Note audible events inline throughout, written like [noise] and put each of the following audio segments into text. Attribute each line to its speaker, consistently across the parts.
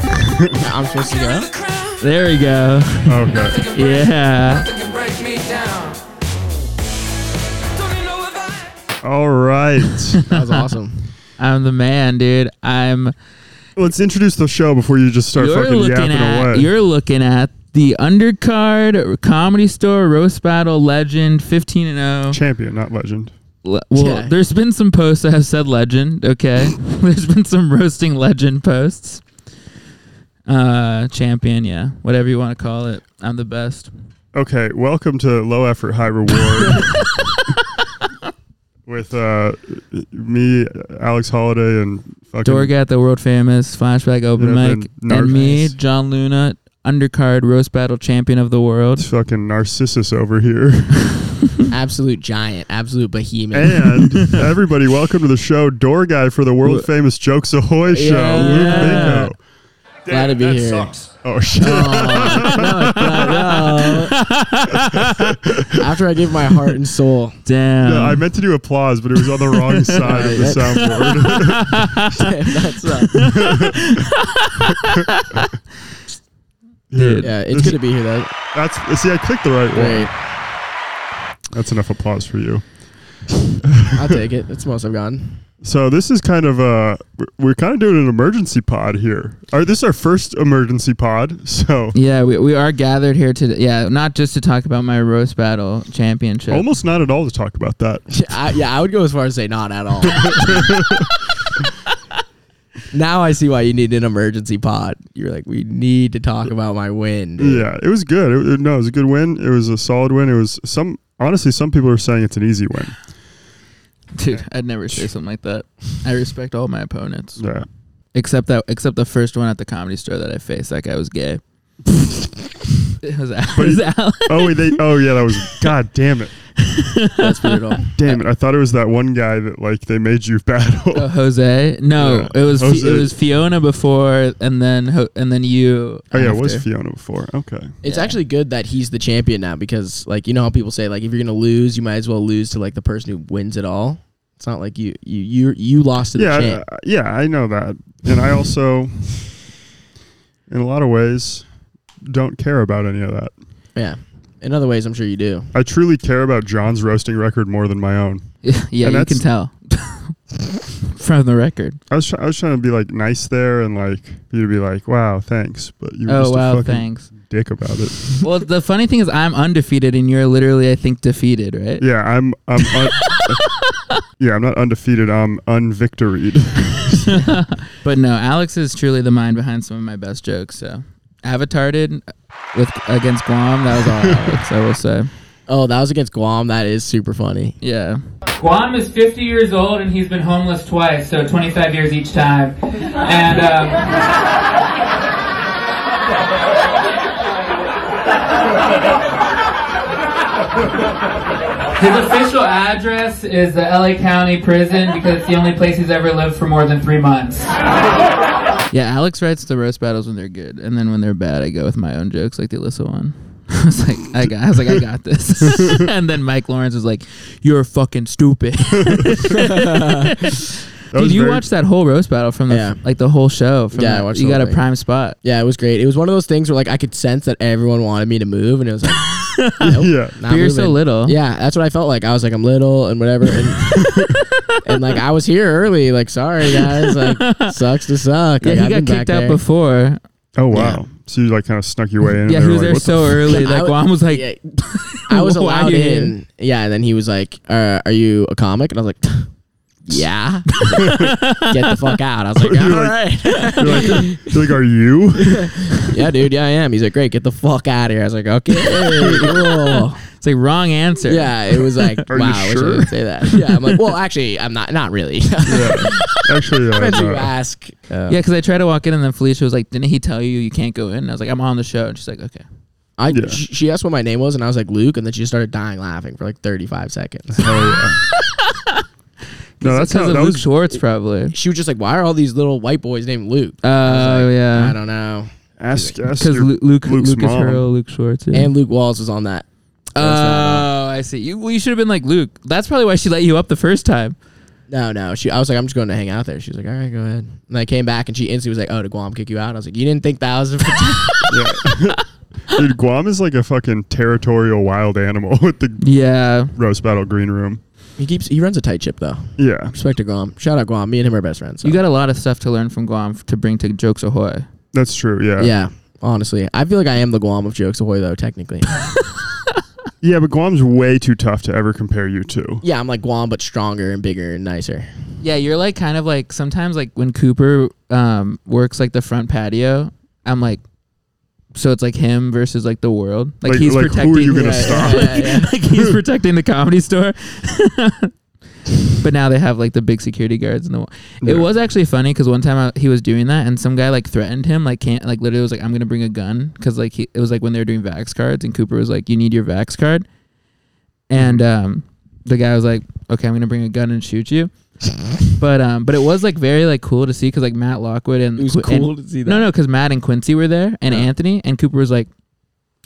Speaker 1: I'm supposed to go.
Speaker 2: There we go.
Speaker 3: Okay.
Speaker 2: Yeah.
Speaker 3: All right.
Speaker 1: That [laughs] was awesome.
Speaker 2: I'm the man, dude. I'm.
Speaker 3: Let's introduce the show before you just start
Speaker 2: you're
Speaker 3: fucking
Speaker 2: looking
Speaker 3: yapping
Speaker 2: at.
Speaker 3: away.
Speaker 2: You're looking at the undercard comedy store roast battle legend 15 and 0
Speaker 3: Champion, not legend.
Speaker 2: Le- well,
Speaker 1: Yeah.
Speaker 2: there's been some posts that have said legend. Okay, there's been some roasting legend posts. Uh, champion, yeah, whatever you want to call it. I'm the best.
Speaker 3: Okay, welcome to Low Effort
Speaker 2: [laughs]
Speaker 3: High Reward with uh, me, Alex Holiday, and fucking
Speaker 2: Dorgat, the world famous flashback open
Speaker 3: Yeah, the
Speaker 2: mic, and me,
Speaker 3: Narcissus.
Speaker 2: John Luna, undercard roast battle champion of the world.
Speaker 3: fucking Narcissus over here.
Speaker 1: Absolute giant, absolute behemoth.
Speaker 2: [laughs]
Speaker 3: and everybody, welcome to the show, Door Guy for the world famous Jokes Ahoy show.
Speaker 2: Yeah.
Speaker 3: Luke Bingo.
Speaker 1: Glad to be here. Oh,
Speaker 3: Oh shit!
Speaker 1: After I give my heart and [laughs] soul,
Speaker 2: Damn.
Speaker 3: Yeah, I meant to do applause, but it was on
Speaker 2: [laughs]
Speaker 3: the wrong side of the soundboard. [laughs]
Speaker 1: that's uh,
Speaker 2: Dude.
Speaker 1: yeah. It's good to be here though.
Speaker 3: That's see, I clicked the right
Speaker 1: Great.
Speaker 3: one. That's enough applause for you.
Speaker 1: I'll take it. That's the most I've gotten.
Speaker 3: So this is kind of uh we're- we're kind of doing an emergency pod here. Our, this is our first emergency pod, so
Speaker 2: yeah, we, we are gathered here today. Yeah, not just to talk about my roast battle championship.
Speaker 3: almost not at all to talk about that.
Speaker 1: I, yeah, I would go as far as say not at all. now I see why you need an emergency pod. You're like, we need to talk about my win. dude."
Speaker 3: Yeah, it was good. It, it- no, it was a good win. It was a solid win. It was some honestly, some people are saying it's an easy win.
Speaker 2: [laughs] Dude, I'd never say something like
Speaker 3: [laughs]
Speaker 2: that. I respect all my opponents.
Speaker 3: Yeah.
Speaker 2: Except that except the first one at the comedy store that I faced, that guy was
Speaker 3: [laughs]
Speaker 2: gay. it was, it was [laughs] Alex.
Speaker 3: Oh wait, they. Oh yeah, that
Speaker 2: [laughs]
Speaker 3: was. God damn it,
Speaker 1: That's brutal.
Speaker 3: damn it. I thought it was that one guy that like they made you [laughs] battle.
Speaker 2: Uh, Jose. No,
Speaker 3: Oh, Yeah,
Speaker 2: it was
Speaker 3: Jose.
Speaker 2: it was Fiona before, and then Ho- and then you.
Speaker 3: oh yeah, it was
Speaker 2: after.
Speaker 3: Fiona before. Okay.
Speaker 1: It's
Speaker 2: Yeah.
Speaker 1: actually good that he's the champion now because, like, you know how people say, like, if you're gonna lose, you might as well lose to like the person who wins it all. It's not like you you you you lost to the
Speaker 3: yeah,
Speaker 1: champ.
Speaker 3: I- yeah, I know that, and I also, in a lot of ways, don't care about any of that.
Speaker 1: yeah. In other ways, I'm sure you do.
Speaker 3: I truly care about John's roasting record more than my own.
Speaker 2: [laughs] yeah,
Speaker 3: And
Speaker 2: you can
Speaker 3: that's-
Speaker 2: tell [laughs] from the record.
Speaker 3: I was try- I was trying to be like nice there and like you to be like, wow, thanks, but you were
Speaker 2: Oh
Speaker 3: just a
Speaker 2: wow,
Speaker 3: fucking
Speaker 2: thanks.
Speaker 3: dick about it.
Speaker 2: well, the funny thing is, I'm undefeated, and you're literally, I think, defeated, right?
Speaker 3: Yeah, I'm I'm
Speaker 2: [laughs]
Speaker 3: un- yeah I'm not undefeated. I'm unvictoried. [laughs]
Speaker 2: But no, Alex is truly the mind behind some of my best jokes. So, avatarted with against Guam, that was all Alex, I will say.
Speaker 1: Oh, that was against Guam. That is super funny.
Speaker 2: Yeah.
Speaker 4: Guam is 50 years old and he's been homeless twice, so 25 years each time. And um, his official address is the LA County prison because it's the only place he's ever lived for more than three months.
Speaker 2: Yeah, Alex writes the roast battles when they're good, and then when they're bad, I go with my own jokes, like the Alyssa one. [laughs] I was like, I got, I was like, I
Speaker 4: [laughs]
Speaker 2: got this. and then Mike Lawrence was like, "You're
Speaker 4: [laughs]
Speaker 2: fucking stupid." [laughs]
Speaker 3: That
Speaker 2: Dude,
Speaker 3: was
Speaker 2: you
Speaker 3: very-
Speaker 2: watched that whole roast battle from the
Speaker 1: Yeah.
Speaker 2: like the whole show. From
Speaker 1: Yeah, I
Speaker 2: the-
Speaker 1: watched
Speaker 2: you
Speaker 1: the
Speaker 2: got
Speaker 1: whole
Speaker 2: a
Speaker 1: thing.
Speaker 2: prime spot.
Speaker 1: Yeah, it was great. It was one of those things where like I could sense that everyone wanted me to move, and it was like,
Speaker 2: [laughs]
Speaker 1: nope,
Speaker 3: Yeah.
Speaker 1: not
Speaker 2: But you're so
Speaker 1: moving.
Speaker 2: little.
Speaker 1: Yeah, that's what I felt like. I was like, I'm little and whatever,
Speaker 2: [laughs]
Speaker 1: and, and like I was here early. Like, sorry guys, like
Speaker 2: [laughs]
Speaker 1: sucks to suck.
Speaker 2: Yeah,
Speaker 1: Like,
Speaker 2: he
Speaker 1: I've been
Speaker 2: got
Speaker 1: back
Speaker 2: kicked out
Speaker 1: there.
Speaker 2: before.
Speaker 3: Oh
Speaker 1: Yeah.
Speaker 3: wow. So you like kind of snuck your way in.
Speaker 2: Yeah,
Speaker 3: and
Speaker 2: he was
Speaker 3: they were like,
Speaker 2: there
Speaker 3: "What the
Speaker 2: so
Speaker 3: f-"
Speaker 2: early.
Speaker 1: [laughs]
Speaker 2: Like
Speaker 1: I-
Speaker 2: Guam was like,
Speaker 1: Yeah. I was
Speaker 2: [laughs] "Why
Speaker 1: allowed
Speaker 2: you
Speaker 1: in.
Speaker 2: here?"
Speaker 1: Yeah, and then he was like, uh, "Are you a comic?" And I was like, [laughs]
Speaker 2: [laughs]
Speaker 1: "Yeah." Get the fuck out. I was like,
Speaker 3: You're
Speaker 1: "All
Speaker 3: like-
Speaker 1: right."
Speaker 3: You're like, you're like,
Speaker 2: [laughs]
Speaker 3: are you?
Speaker 1: yeah, dude. Yeah, I am." He's like, "Great, get the fuck out of here." I was like, "Okay."
Speaker 2: [laughs]
Speaker 1: cool."
Speaker 2: It's like wrong answer.
Speaker 1: Yeah, it was like,
Speaker 3: Are you
Speaker 1: "Wow, I wish I
Speaker 3: sure?
Speaker 1: didn't say
Speaker 2: [laughs]
Speaker 1: that." Yeah, I'm like, "Well, actually, I'm not. Not really." [laughs]
Speaker 3: Yeah. Actually, yeah,
Speaker 1: Did you
Speaker 3: no.
Speaker 1: ask?
Speaker 2: Yeah, because I tried to walk in, and then Felicia was like, "Didn't he tell you you can't go in?" And I was like, "I'm on the show," and she's like, "Okay."
Speaker 1: I
Speaker 3: Yeah.
Speaker 1: sh- she asked what my name was, and I was like Luke, and then she just started dying laughing for like 35 seconds.
Speaker 3: Oh, yeah. no,
Speaker 2: because
Speaker 3: that's how
Speaker 2: of
Speaker 3: that
Speaker 2: Luke
Speaker 3: was.
Speaker 2: Schwartz, probably.
Speaker 1: [laughs] she was just like, "Why are all these little white boys named Luke?"
Speaker 2: Oh
Speaker 1: I
Speaker 2: yeah,
Speaker 1: don't know.
Speaker 3: Ask, ask
Speaker 2: because
Speaker 3: your,
Speaker 2: Luke, Luke
Speaker 3: Luke's
Speaker 2: Lucas
Speaker 3: mom.
Speaker 2: Hurl, Luke Schwartz, yeah.
Speaker 1: And Luke Walls was on that.
Speaker 2: oh, I see. You well, you should have been like Luke. That's probably why she let you up the first time.
Speaker 1: No, no. She, I was like, I'm just going to hang out there. She was like, all right, go ahead. And I came back and she instantly was like, oh, did Guam kick you out? I was like, you didn't think that was a
Speaker 3: Yeah. [laughs] Dude, Guam is like a fucking territorial wild animal [laughs] with the
Speaker 2: Yeah.
Speaker 3: roast battle green room.
Speaker 1: [laughs] he keeps he runs a tight ship though.
Speaker 3: Yeah.
Speaker 1: Respect to Guam. Shout out Guam. Me and him are best friends. so.
Speaker 2: You got a lot of stuff to learn from Guam f- to bring to Jokes Ahoy.
Speaker 3: That's true. Yeah.
Speaker 1: yeah. Honestly, I feel like I am the Guam of jokes ahoy though. Technically, [laughs]
Speaker 3: Yeah, but Guam's way too tough to ever compare you to.
Speaker 1: yeah, I'm like Guam but stronger and bigger and [laughs] nicer.
Speaker 2: Yeah, you're like kind of like sometimes like when Cooper um, works like the front patio, I'm like, so it's like him versus like the world. Like,
Speaker 3: Like-
Speaker 2: he's
Speaker 3: like, who are
Speaker 2: protecting.
Speaker 3: you gonna
Speaker 2: yeah,
Speaker 3: stop?
Speaker 2: yeah, yeah,
Speaker 1: [laughs]
Speaker 2: yeah. [laughs] like he's protecting the comedy store. [laughs] but now they have like the big security guards in the wall. It
Speaker 3: Yeah.
Speaker 2: was actually funny because one time I, he was doing that and some guy like threatened him like can't like literally was like I'm gonna bring a gun because like he, it was like when they were doing vax cards and Cooper was like you need your vax card and
Speaker 1: Mm-hmm.
Speaker 2: um the guy was like okay I'm gonna bring a gun and
Speaker 1: [laughs]
Speaker 2: shoot you but um but it was like very like cool to see because like Matt Lockwood and
Speaker 1: It was
Speaker 2: Qu- and-
Speaker 1: cool to see that.
Speaker 2: no no because Matt and Quincy were there and
Speaker 1: Yeah.
Speaker 2: Anthony and Cooper was like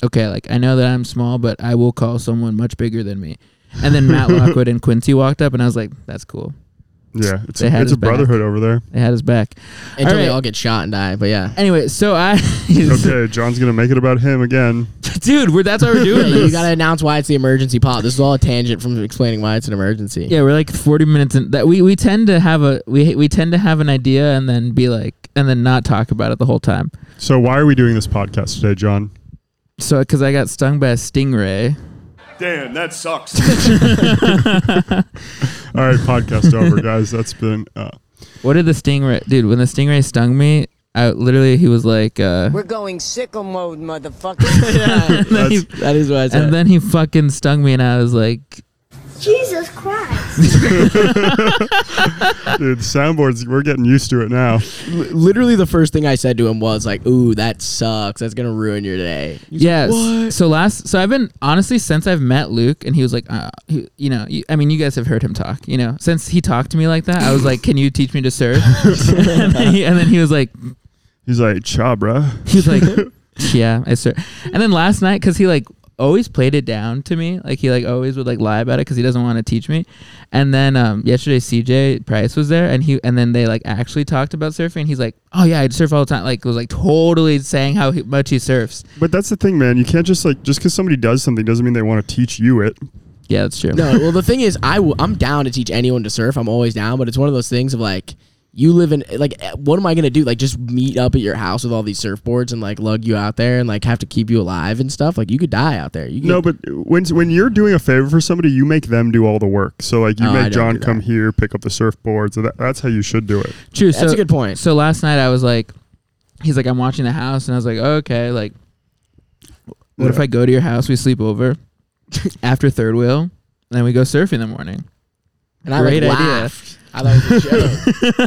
Speaker 2: okay like I know that I'm small but I will call someone much bigger than me and then
Speaker 1: [laughs]
Speaker 2: Matt Lockwood and Quincy walked up and I was like that's cool
Speaker 3: Yeah. It's,
Speaker 2: They had
Speaker 3: it's a
Speaker 2: his back.
Speaker 3: brotherhood over
Speaker 2: [laughs]
Speaker 3: there.
Speaker 2: they had his back.
Speaker 1: until they
Speaker 2: Alright.
Speaker 1: all get shot and die. But yeah,
Speaker 2: Anyway, so I, [laughs]
Speaker 3: Okay, John's going to make it about him again.
Speaker 2: dude, we're, that's why we're
Speaker 1: Yeah,
Speaker 2: doing
Speaker 1: [laughs]
Speaker 2: this.
Speaker 1: you got to announce why it's the emergency pod. This is all a tangent from explaining why it's an emergency.
Speaker 2: yeah, we're like forty minutes in. That we, we tend to have a we we tend to have an idea and then be like and then not talk about it the whole time.
Speaker 3: So, why are we doing this podcast today, John?
Speaker 2: So because I got stung by a stingray.
Speaker 5: Damn, that sucks.
Speaker 3: All right,
Speaker 2: [laughs]
Speaker 3: podcast over, guys. That's been. Uh,
Speaker 2: What did the stingray, dude? When the stingray stung me, I literally he was like, uh,
Speaker 6: [laughs] We're going sickle mode, motherfucker.
Speaker 1: [laughs] Yeah,
Speaker 2: and, then he,
Speaker 1: that is what I said.
Speaker 2: and then he fucking stung me, and I was like,
Speaker 7: Jesus Christ.
Speaker 3: dude, soundboards, we're getting used to it now.
Speaker 1: literally the first thing I said to him was like, "Ooh, that sucks. That's gonna ruin your day."
Speaker 2: yes. So last, so I've been honestly since I've met Luke, and he was like, uh, he, you know, you, I mean, you guys have heard him talk, you know. Since he talked to me like that, I was like, can you teach me to surf? [laughs] and, then he, and then he was like,
Speaker 3: He's like, cha, bruh.
Speaker 2: he was
Speaker 1: [laughs]
Speaker 2: like, yeah, I surf. And then last night, because he like always played it down to me, like he like always would like lie about it because he doesn't want to teach me. And then um, yesterday, CJ Price was there, and he and then they like actually talked about surfing. He's like, oh yeah, I surf all the time. Like was like totally saying how he, much he surfs.
Speaker 3: But that's the thing, man. You can't just like, just because somebody does something doesn't mean they want to teach you it.
Speaker 2: Yeah, that's true.
Speaker 1: No, well, the thing is, I w- I'm down to teach anyone to surf. I'm always down, but it's one of those things of like, you live in like, eh, what am I gonna do? Like, just meet up at your house with all these surfboards and like lug you out there and like have to keep you alive and stuff. Like, you could die out there. You could,
Speaker 3: No, but when when you're doing a favor for somebody, you make them do all the work. So like you
Speaker 1: Oh, I don't
Speaker 3: make John
Speaker 1: do that.
Speaker 3: come here, pick up the surfboards. So that, that's how you should do it.
Speaker 2: True.
Speaker 1: That's
Speaker 2: so,
Speaker 1: a good point.
Speaker 2: So last night I was like, he's like, I'm watching the house, and I was like, oh, okay, like, what if
Speaker 3: Yeah.
Speaker 2: I go to your house, we
Speaker 1: [laughs]
Speaker 2: sleep over after third wheel, and then we go surf in the morning?
Speaker 1: and I like,
Speaker 2: great idea.
Speaker 1: laughed. I [laughs] thought it was a joke.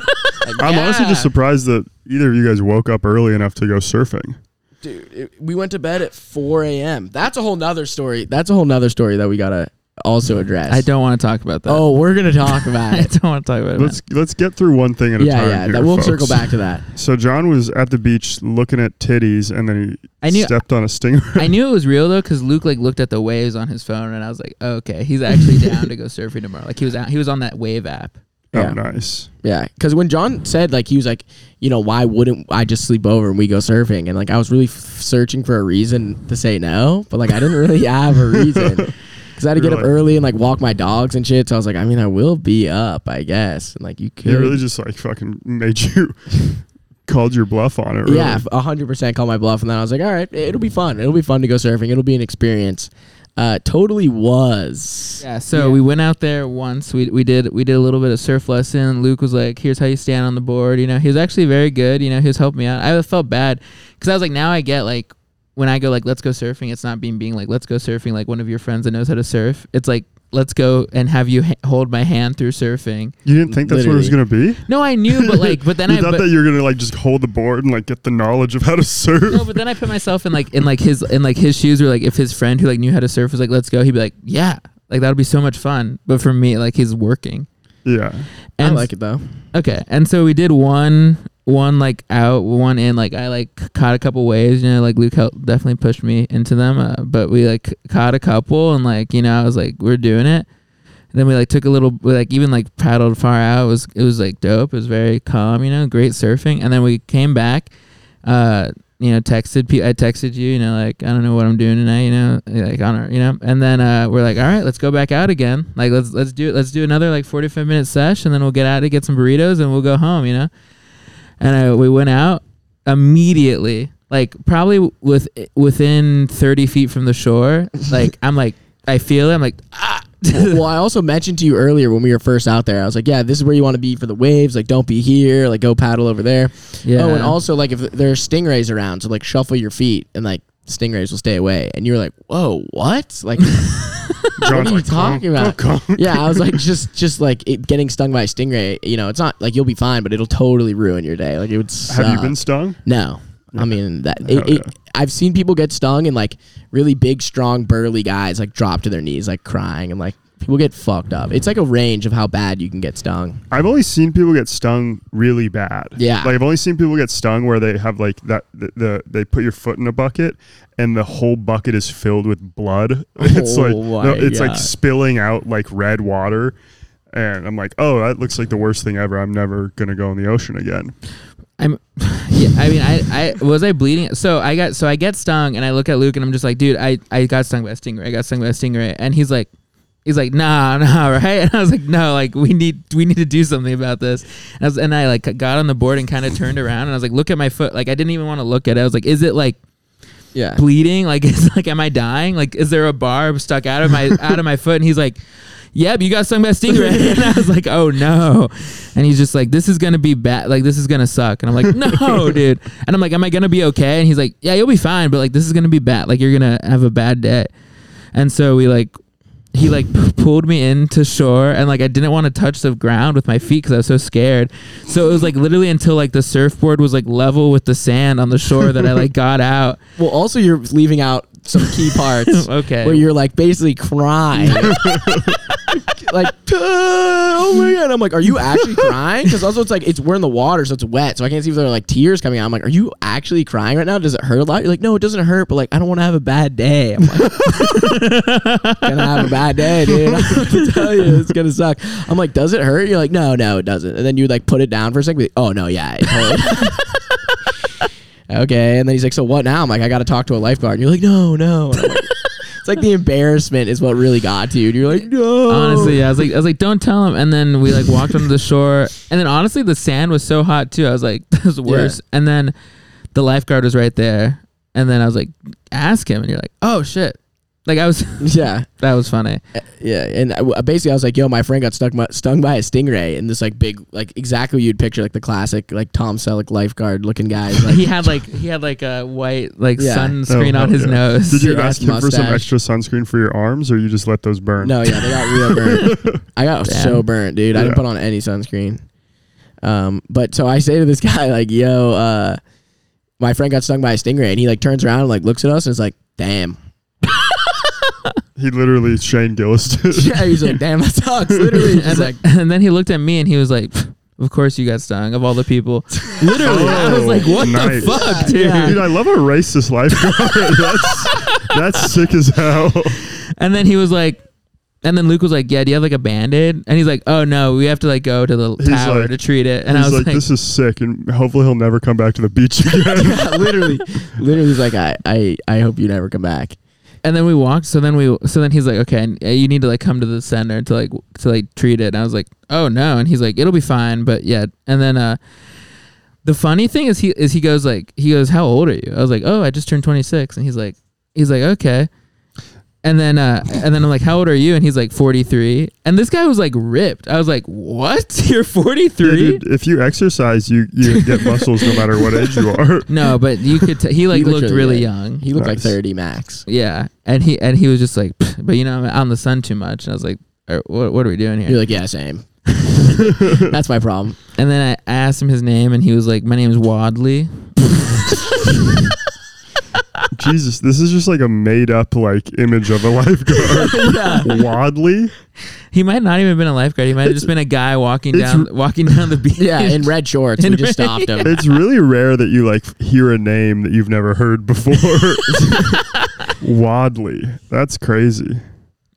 Speaker 1: Like,
Speaker 3: I'm honestly
Speaker 1: yeah.
Speaker 3: just surprised that either of you guys woke up early enough to go surfing.
Speaker 1: dude it, we went to bed at 4 a.m that's a whole nother story that's a whole nother story that we gotta also address
Speaker 2: I don't want to talk about that.
Speaker 1: oh we're gonna talk about
Speaker 2: [laughs] I
Speaker 1: it
Speaker 2: don't want to talk about it. man.
Speaker 3: Let's let's get through one thing at a
Speaker 1: yeah
Speaker 3: time.
Speaker 1: yeah
Speaker 3: here,
Speaker 1: that, we'll
Speaker 3: folks.
Speaker 1: circle back to that
Speaker 3: So John was at the beach looking at titties, and then he
Speaker 2: I knew-
Speaker 3: stepped on a stingray.
Speaker 2: I knew it was real though, because Luke like looked at the waves on his phone, and I was like, oh, okay, he's
Speaker 3: [laughs]
Speaker 2: actually down to go surfing tomorrow. Like he was out, he was on that wave app.
Speaker 1: yeah.
Speaker 3: [laughs] Oh, nice.
Speaker 1: yeah because when john said like he was like you know why wouldn't i just sleep over and we go surfing and like i was really f- searching for a reason to say no but like i didn't [laughs] really have a reason because i had to
Speaker 3: You're
Speaker 1: get up
Speaker 3: like-
Speaker 1: early and like walk my dogs and shit so i was like i mean i will be up i guess and like you
Speaker 3: He
Speaker 1: could
Speaker 3: really just like fucking made you [laughs] called your bluff on it. Really.
Speaker 1: Yeah, f- 100% call my bluff. And then I was like, all right, it'll be fun. It'll be fun to go surfing. It'll be an experience. Uh, totally was.
Speaker 2: Yeah, so we went out there once. We we did we did a little bit of surf lesson. Luke was like, "Here's how you stand on the board." You know, he was actually very good. You know, he was helping me out. I felt bad because I was like, now I get like when I go like, "Let's go surfing," it's not being being like, "Let's go surfing." Like one of your friends that knows how to surf, it's like, "Let's go and have you ha- hold my hand through surfing."
Speaker 3: You didn't think that's what it was gonna be?
Speaker 2: No, I knew, but like,
Speaker 3: [laughs]
Speaker 2: but then
Speaker 3: you
Speaker 2: I
Speaker 3: thought
Speaker 2: but,
Speaker 3: that you were gonna like just hold the board and like get the
Speaker 1: [laughs]
Speaker 3: knowledge of how to surf.
Speaker 2: no, but then I put myself in like in like his in like his shoes. Where like if his friend who like knew how to surf was like, "Let's go," he'd be like, "Yeah." Like that would be so much fun, but for me, like he's working.
Speaker 3: [laughs] yeah.
Speaker 1: I
Speaker 2: And
Speaker 1: like it though.
Speaker 2: Okay, and so we did one, one like out, one in. Like I like caught a couple waves, you know. Like Luke helped, definitely pushed me into them, uh, but we like caught a couple, and like you know, I was like, we're doing it. And then we like took a little, we, like even like paddled far out. It was it was like dope. It was very calm, you know, great surfing. And then we came back. Uh, you know, texted. pe- I texted you, you know, like I don't know what I'm doing tonight, you know, like on, our- you know. And then uh, we're like, all right, let's go back out again. Like let's let's do let's do another like 45 minute sesh, and then we'll get out to get some burritos, and we'll go home, you know. And I we went out immediately, like probably with within 30 feet from the shore. Like I'm like I feel it. I'm like ah.
Speaker 3: [laughs]
Speaker 1: well, I also mentioned to you earlier when we were first out there. I was like, "Yeah, this is where you want to be for the waves. Like, don't be here. Like, go paddle over there."
Speaker 2: Yeah.
Speaker 1: Oh, and also like if there are stingrays around, so like shuffle your feet and like stingrays will stay away. And you were like, "Whoa, what?"
Speaker 3: [laughs]
Speaker 1: Like,
Speaker 3: John's
Speaker 1: you talking
Speaker 3: like, "Conk,
Speaker 1: about?"
Speaker 3: conk, conk."
Speaker 1: yeah, I was like, just just like it, getting stung by a stingray. You know, it's not like you'll be fine, but it'll totally ruin your day. Like it would.
Speaker 3: [laughs] Have you
Speaker 1: suck.
Speaker 3: been stung?
Speaker 1: No. I mean that it,
Speaker 3: Okay.
Speaker 1: it, I've seen people get stung and like really big, strong, burly guys like drop to their knees, like crying, and like people get fucked up. It's like a range of how bad you can get stung.
Speaker 3: I've only seen people get stung really bad.
Speaker 1: Yeah.
Speaker 3: Like I've only seen people get stung where they have like that the, the they put your foot in a bucket and the whole bucket is filled with blood. [laughs] It's
Speaker 1: Oh
Speaker 3: like
Speaker 1: my
Speaker 3: no, it's
Speaker 1: God.
Speaker 3: like spilling out like red water. And I'm like, oh, that looks like the worst thing ever. I'm never gonna go in the ocean again.
Speaker 2: I'm, [laughs] yeah. I mean, I, I was I bleeding. So I got, so I get stung, and I look at Luke, and I'm just like, dude, I, I got stung by a stingray. I got stung by a stingray, and he's like, he's like, nah, [laughs] nah, right? And I was like, no, like we need, we need to do something about this. And I, was, and I like got on the board and kind of turned around, and I was like, look at my foot. Like I didn't even want to look at it. I was like, is it like
Speaker 1: Yeah.
Speaker 2: bleeding? Like [laughs] it's like, am I dying? Like is there a barb stuck out of my out of my foot? And he's like, yeah, but you got stung by a stingray. [laughs] and I was like, oh no. And he's just like, this is gonna be bad. Like this is gonna suck. And I'm like, no, dude. And I'm like, am I gonna be okay? And he's like, yeah, you'll be fine. But like this is gonna be bad. Like you're gonna have a bad day. And so we like. He like p- pulled me into shore and like I didn't want to touch the ground with my feet because I was so scared. So it was like literally until like the surfboard was like level with the sand on the shore that I like got out.
Speaker 1: Well, also you're leaving out some key
Speaker 3: [laughs]
Speaker 1: parts.
Speaker 2: Okay.
Speaker 1: Where you're like basically crying. like, "Uh, oh my god! I'm like, are you actually crying? Because also it's like it's we're in the water, so it's wet, so I can't see if there are like tears coming out. I'm like, are you actually crying right now? Does it hurt a lot? You're like, no, it doesn't hurt, but like I don't want to have a bad day. I'm like, gonna have a bad day, dude. [laughs] I can tell you, it's gonna suck. I'm like, does it hurt? You're like, no, no, it doesn't. And then you would like put it down for a second. Be like, oh no, yeah, it hurt. [laughs] okay. And then he's like, so what now? I'm like, I got to talk to a lifeguard. And you're like, no, no. And I'm like- it's like the embarrassment is what really got to you. And you're like, no.
Speaker 2: Honestly, yeah, I was like, I was like, don't tell him. And then we like walked onto the shore, and then honestly, the sand was so hot too. I was like, [laughs] this is worse. And then the lifeguard was right there, and then I was like, ask him, and you're like, oh shit, like I was,
Speaker 1: [laughs]
Speaker 2: [laughs]
Speaker 1: yeah.
Speaker 2: that was funny.
Speaker 1: Yeah, and I w basically I was like, "Yo, my friend got stuck by, stung by a stingray," and this like big, like exactly what you'd picture, like the classic, like Tom Selleck lifeguard looking guy. is
Speaker 2: [laughs]
Speaker 1: Like,
Speaker 2: He had like he had like a white like
Speaker 1: Yeah.
Speaker 2: sunscreen
Speaker 3: Oh,
Speaker 2: on
Speaker 3: yeah.
Speaker 2: his nose. [laughs]
Speaker 3: Did you
Speaker 1: Big-ass
Speaker 3: ask him for some
Speaker 1: mustache.
Speaker 3: extra sunscreen for your arms, or you just let those burn?
Speaker 1: No, yeah, they got real
Speaker 3: [laughs]
Speaker 1: burnt. I got
Speaker 2: Damn.
Speaker 1: so burnt, dude. I didn't
Speaker 3: Yeah.
Speaker 1: put on any sunscreen. Um, but so I say to this [laughs] guy, like, yo, uh, my friend got stung by a stingray, and he like turns around and like looks at us and is like, damn. [laughs]
Speaker 3: He literally Shane Gillis. did.
Speaker 1: Yeah, [laughs] he's like, damn, [laughs] that sucks.
Speaker 3: [laughs]
Speaker 1: Literally,
Speaker 2: and,
Speaker 1: just like,
Speaker 2: [laughs] and then he looked at me and he was like, "Pff, of course you got stung of all the people. [laughs] Literally, I was
Speaker 3: Oh,
Speaker 2: like, what
Speaker 3: nice.
Speaker 2: the fuck, dude.
Speaker 1: Yeah.
Speaker 3: Dude, I love a racist lifeguard. [laughs] that's, that's sick as hell.
Speaker 2: And then he was like, and then Luke was like, "Yeah, do you have like a band-aid? And he's like, "Oh no, we have to like go to the
Speaker 3: He's
Speaker 2: tower
Speaker 3: like-
Speaker 2: to treat it." And I
Speaker 3: He's
Speaker 2: was
Speaker 3: like,
Speaker 2: like,
Speaker 3: this is sick, and hopefully he'll never come back to the beach again.
Speaker 1: literally, literally, he's like, I, I, I hope you never come back.
Speaker 2: and then we walked. So then we, so then he's like, "Okay, and, uh, you need to like come to the center to like w- to like treat it." And I was like, "Oh no," and he's like, "It'll be fine." But yeah, and then uh, the funny thing is he is he goes like he goes, "How old are you?" I was like, "Oh, I just turned 26," and he's like, he's like, "Okay." And then, uh, and then I'm like, "How old are you?" And he's like, "43." And this guy was like ripped. I was like, "What? [laughs] You're 43?"
Speaker 3: [laughs] Dude, if you exercise, you, you get muscles no matter what age you are.
Speaker 2: No, but you could. T- he like
Speaker 1: He
Speaker 2: looked
Speaker 1: literally
Speaker 2: really
Speaker 1: did.
Speaker 2: young.
Speaker 1: He looked
Speaker 3: Nice.
Speaker 1: like thirty max.
Speaker 2: yeah, and he and he was just like, "Pfft, but you know, I'm out in the sun too much. And I was like, "All right, what what are we doing here?
Speaker 1: You're like, yeah,
Speaker 3: [laughs]
Speaker 1: same. That's my problem.
Speaker 2: and then I asked him his name, and he was like, my name is Wadley.
Speaker 3: Jesus, this is just like a made up like image of a lifeguard. Wadley?
Speaker 2: He might not even have been a lifeguard. He might have just been a guy walking
Speaker 3: it's-
Speaker 2: down walking down the beach.
Speaker 1: Yeah,
Speaker 2: [laughs]
Speaker 1: in red shorts,
Speaker 2: In
Speaker 1: we just
Speaker 2: red-
Speaker 1: stopped him.
Speaker 2: [laughs]
Speaker 3: It's really rare that you like hear a name that you've [laughs] never heard before. Wadley. That's crazy.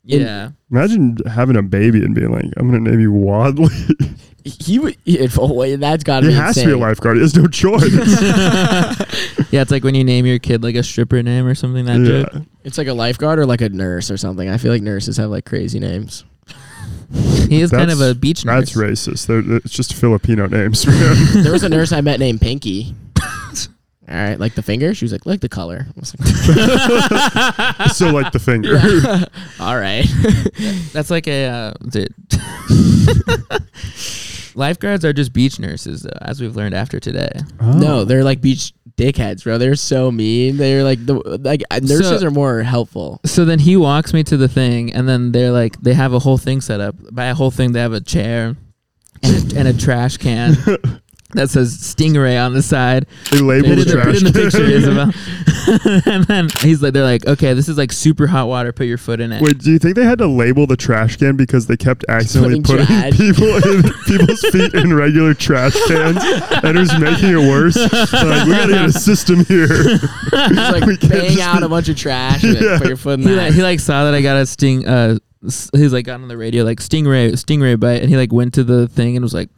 Speaker 2: Yeah.
Speaker 3: Imagine having a baby and being like, "I'm gonna name you Wadley." [laughs]
Speaker 1: He would. In full way, that's got to
Speaker 3: it
Speaker 1: be
Speaker 3: has to be a
Speaker 1: insane.
Speaker 3: lifeguard. There's no choice.
Speaker 2: Yeah, it's like when you name your kid like a stripper name or something that
Speaker 3: yeah.
Speaker 2: joke.
Speaker 1: It's like a lifeguard or like a nurse or something. I feel like nurses have like crazy names.
Speaker 2: He is kind of a
Speaker 3: That's-
Speaker 2: beach nurse.
Speaker 3: That's racist. They're, it's just Filipino
Speaker 1: [laughs]
Speaker 3: names. man.
Speaker 1: There was a nurse I met named Pinky. All right, like the finger. She was like, like the color. I was like, [laughs]
Speaker 3: so like the finger.
Speaker 1: All right.
Speaker 2: [laughs] That's like a uh, dude. Lifeguards are just beach nurses, though, as we've learned after today.
Speaker 1: No, they're like beach dickheads, bro. They're so mean. They're like the like uh, nurses
Speaker 2: So-
Speaker 1: are more helpful.
Speaker 2: So then he walks me to the thing, and then they're like, they have a whole thing set up. By a whole thing, they have a chair and a, and a trash can
Speaker 3: [laughs]
Speaker 2: that says Stingray on the side.
Speaker 3: [laughs] They label
Speaker 2: Put
Speaker 3: the
Speaker 2: in the, put in the picture,
Speaker 3: trash. can.
Speaker 2: Isabel. [laughs] and then he's like, they're like, okay, this is like super hot water. Put your foot in [laughs] it.
Speaker 3: Wait, do you think they had to label the trash can because they kept accidentally
Speaker 1: Putting
Speaker 3: putting,
Speaker 1: trash.
Speaker 3: people in people's feet in regular trash cans, and it was making it worse? They're like, we gotta get a system here.
Speaker 1: It's like
Speaker 3: can't
Speaker 1: bang
Speaker 3: just
Speaker 1: out
Speaker 3: be-
Speaker 1: a bunch of trash and then
Speaker 3: Yeah.
Speaker 1: put your foot in
Speaker 2: he like,
Speaker 1: that.
Speaker 2: he like saw that I got a sting. Uh, s- he's like got on the radio like stingray, stingray bite, and he like went to the thing and was like,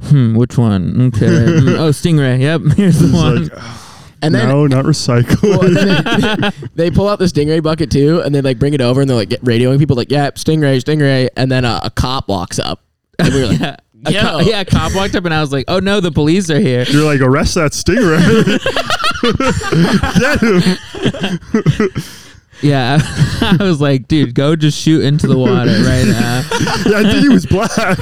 Speaker 2: "Hmm, which one? Okay,
Speaker 3: [laughs]
Speaker 2: mm, oh stingray. Yep, [laughs] here's the one."
Speaker 3: It's like,
Speaker 1: And then
Speaker 3: no,
Speaker 1: [laughs]
Speaker 3: not
Speaker 1: Well, and
Speaker 3: recycled.
Speaker 1: then they, they pull out the stingray bucket too, and they like bring it over, and they're like get radioing people like, "Yep, stingray, stingray," and then uh, a cop walks up, and we were like,
Speaker 2: [laughs] yeah. A co-
Speaker 1: Yo.
Speaker 2: yeah, a cop walked up and I was like, "Oh no, the police are here."
Speaker 3: You're like, arrest that stinger. [laughs] Get him.
Speaker 2: Yeah, [laughs] I was like, "Dude, go just shoot into the water right now."
Speaker 1: [laughs]
Speaker 3: Yeah, I think he was black.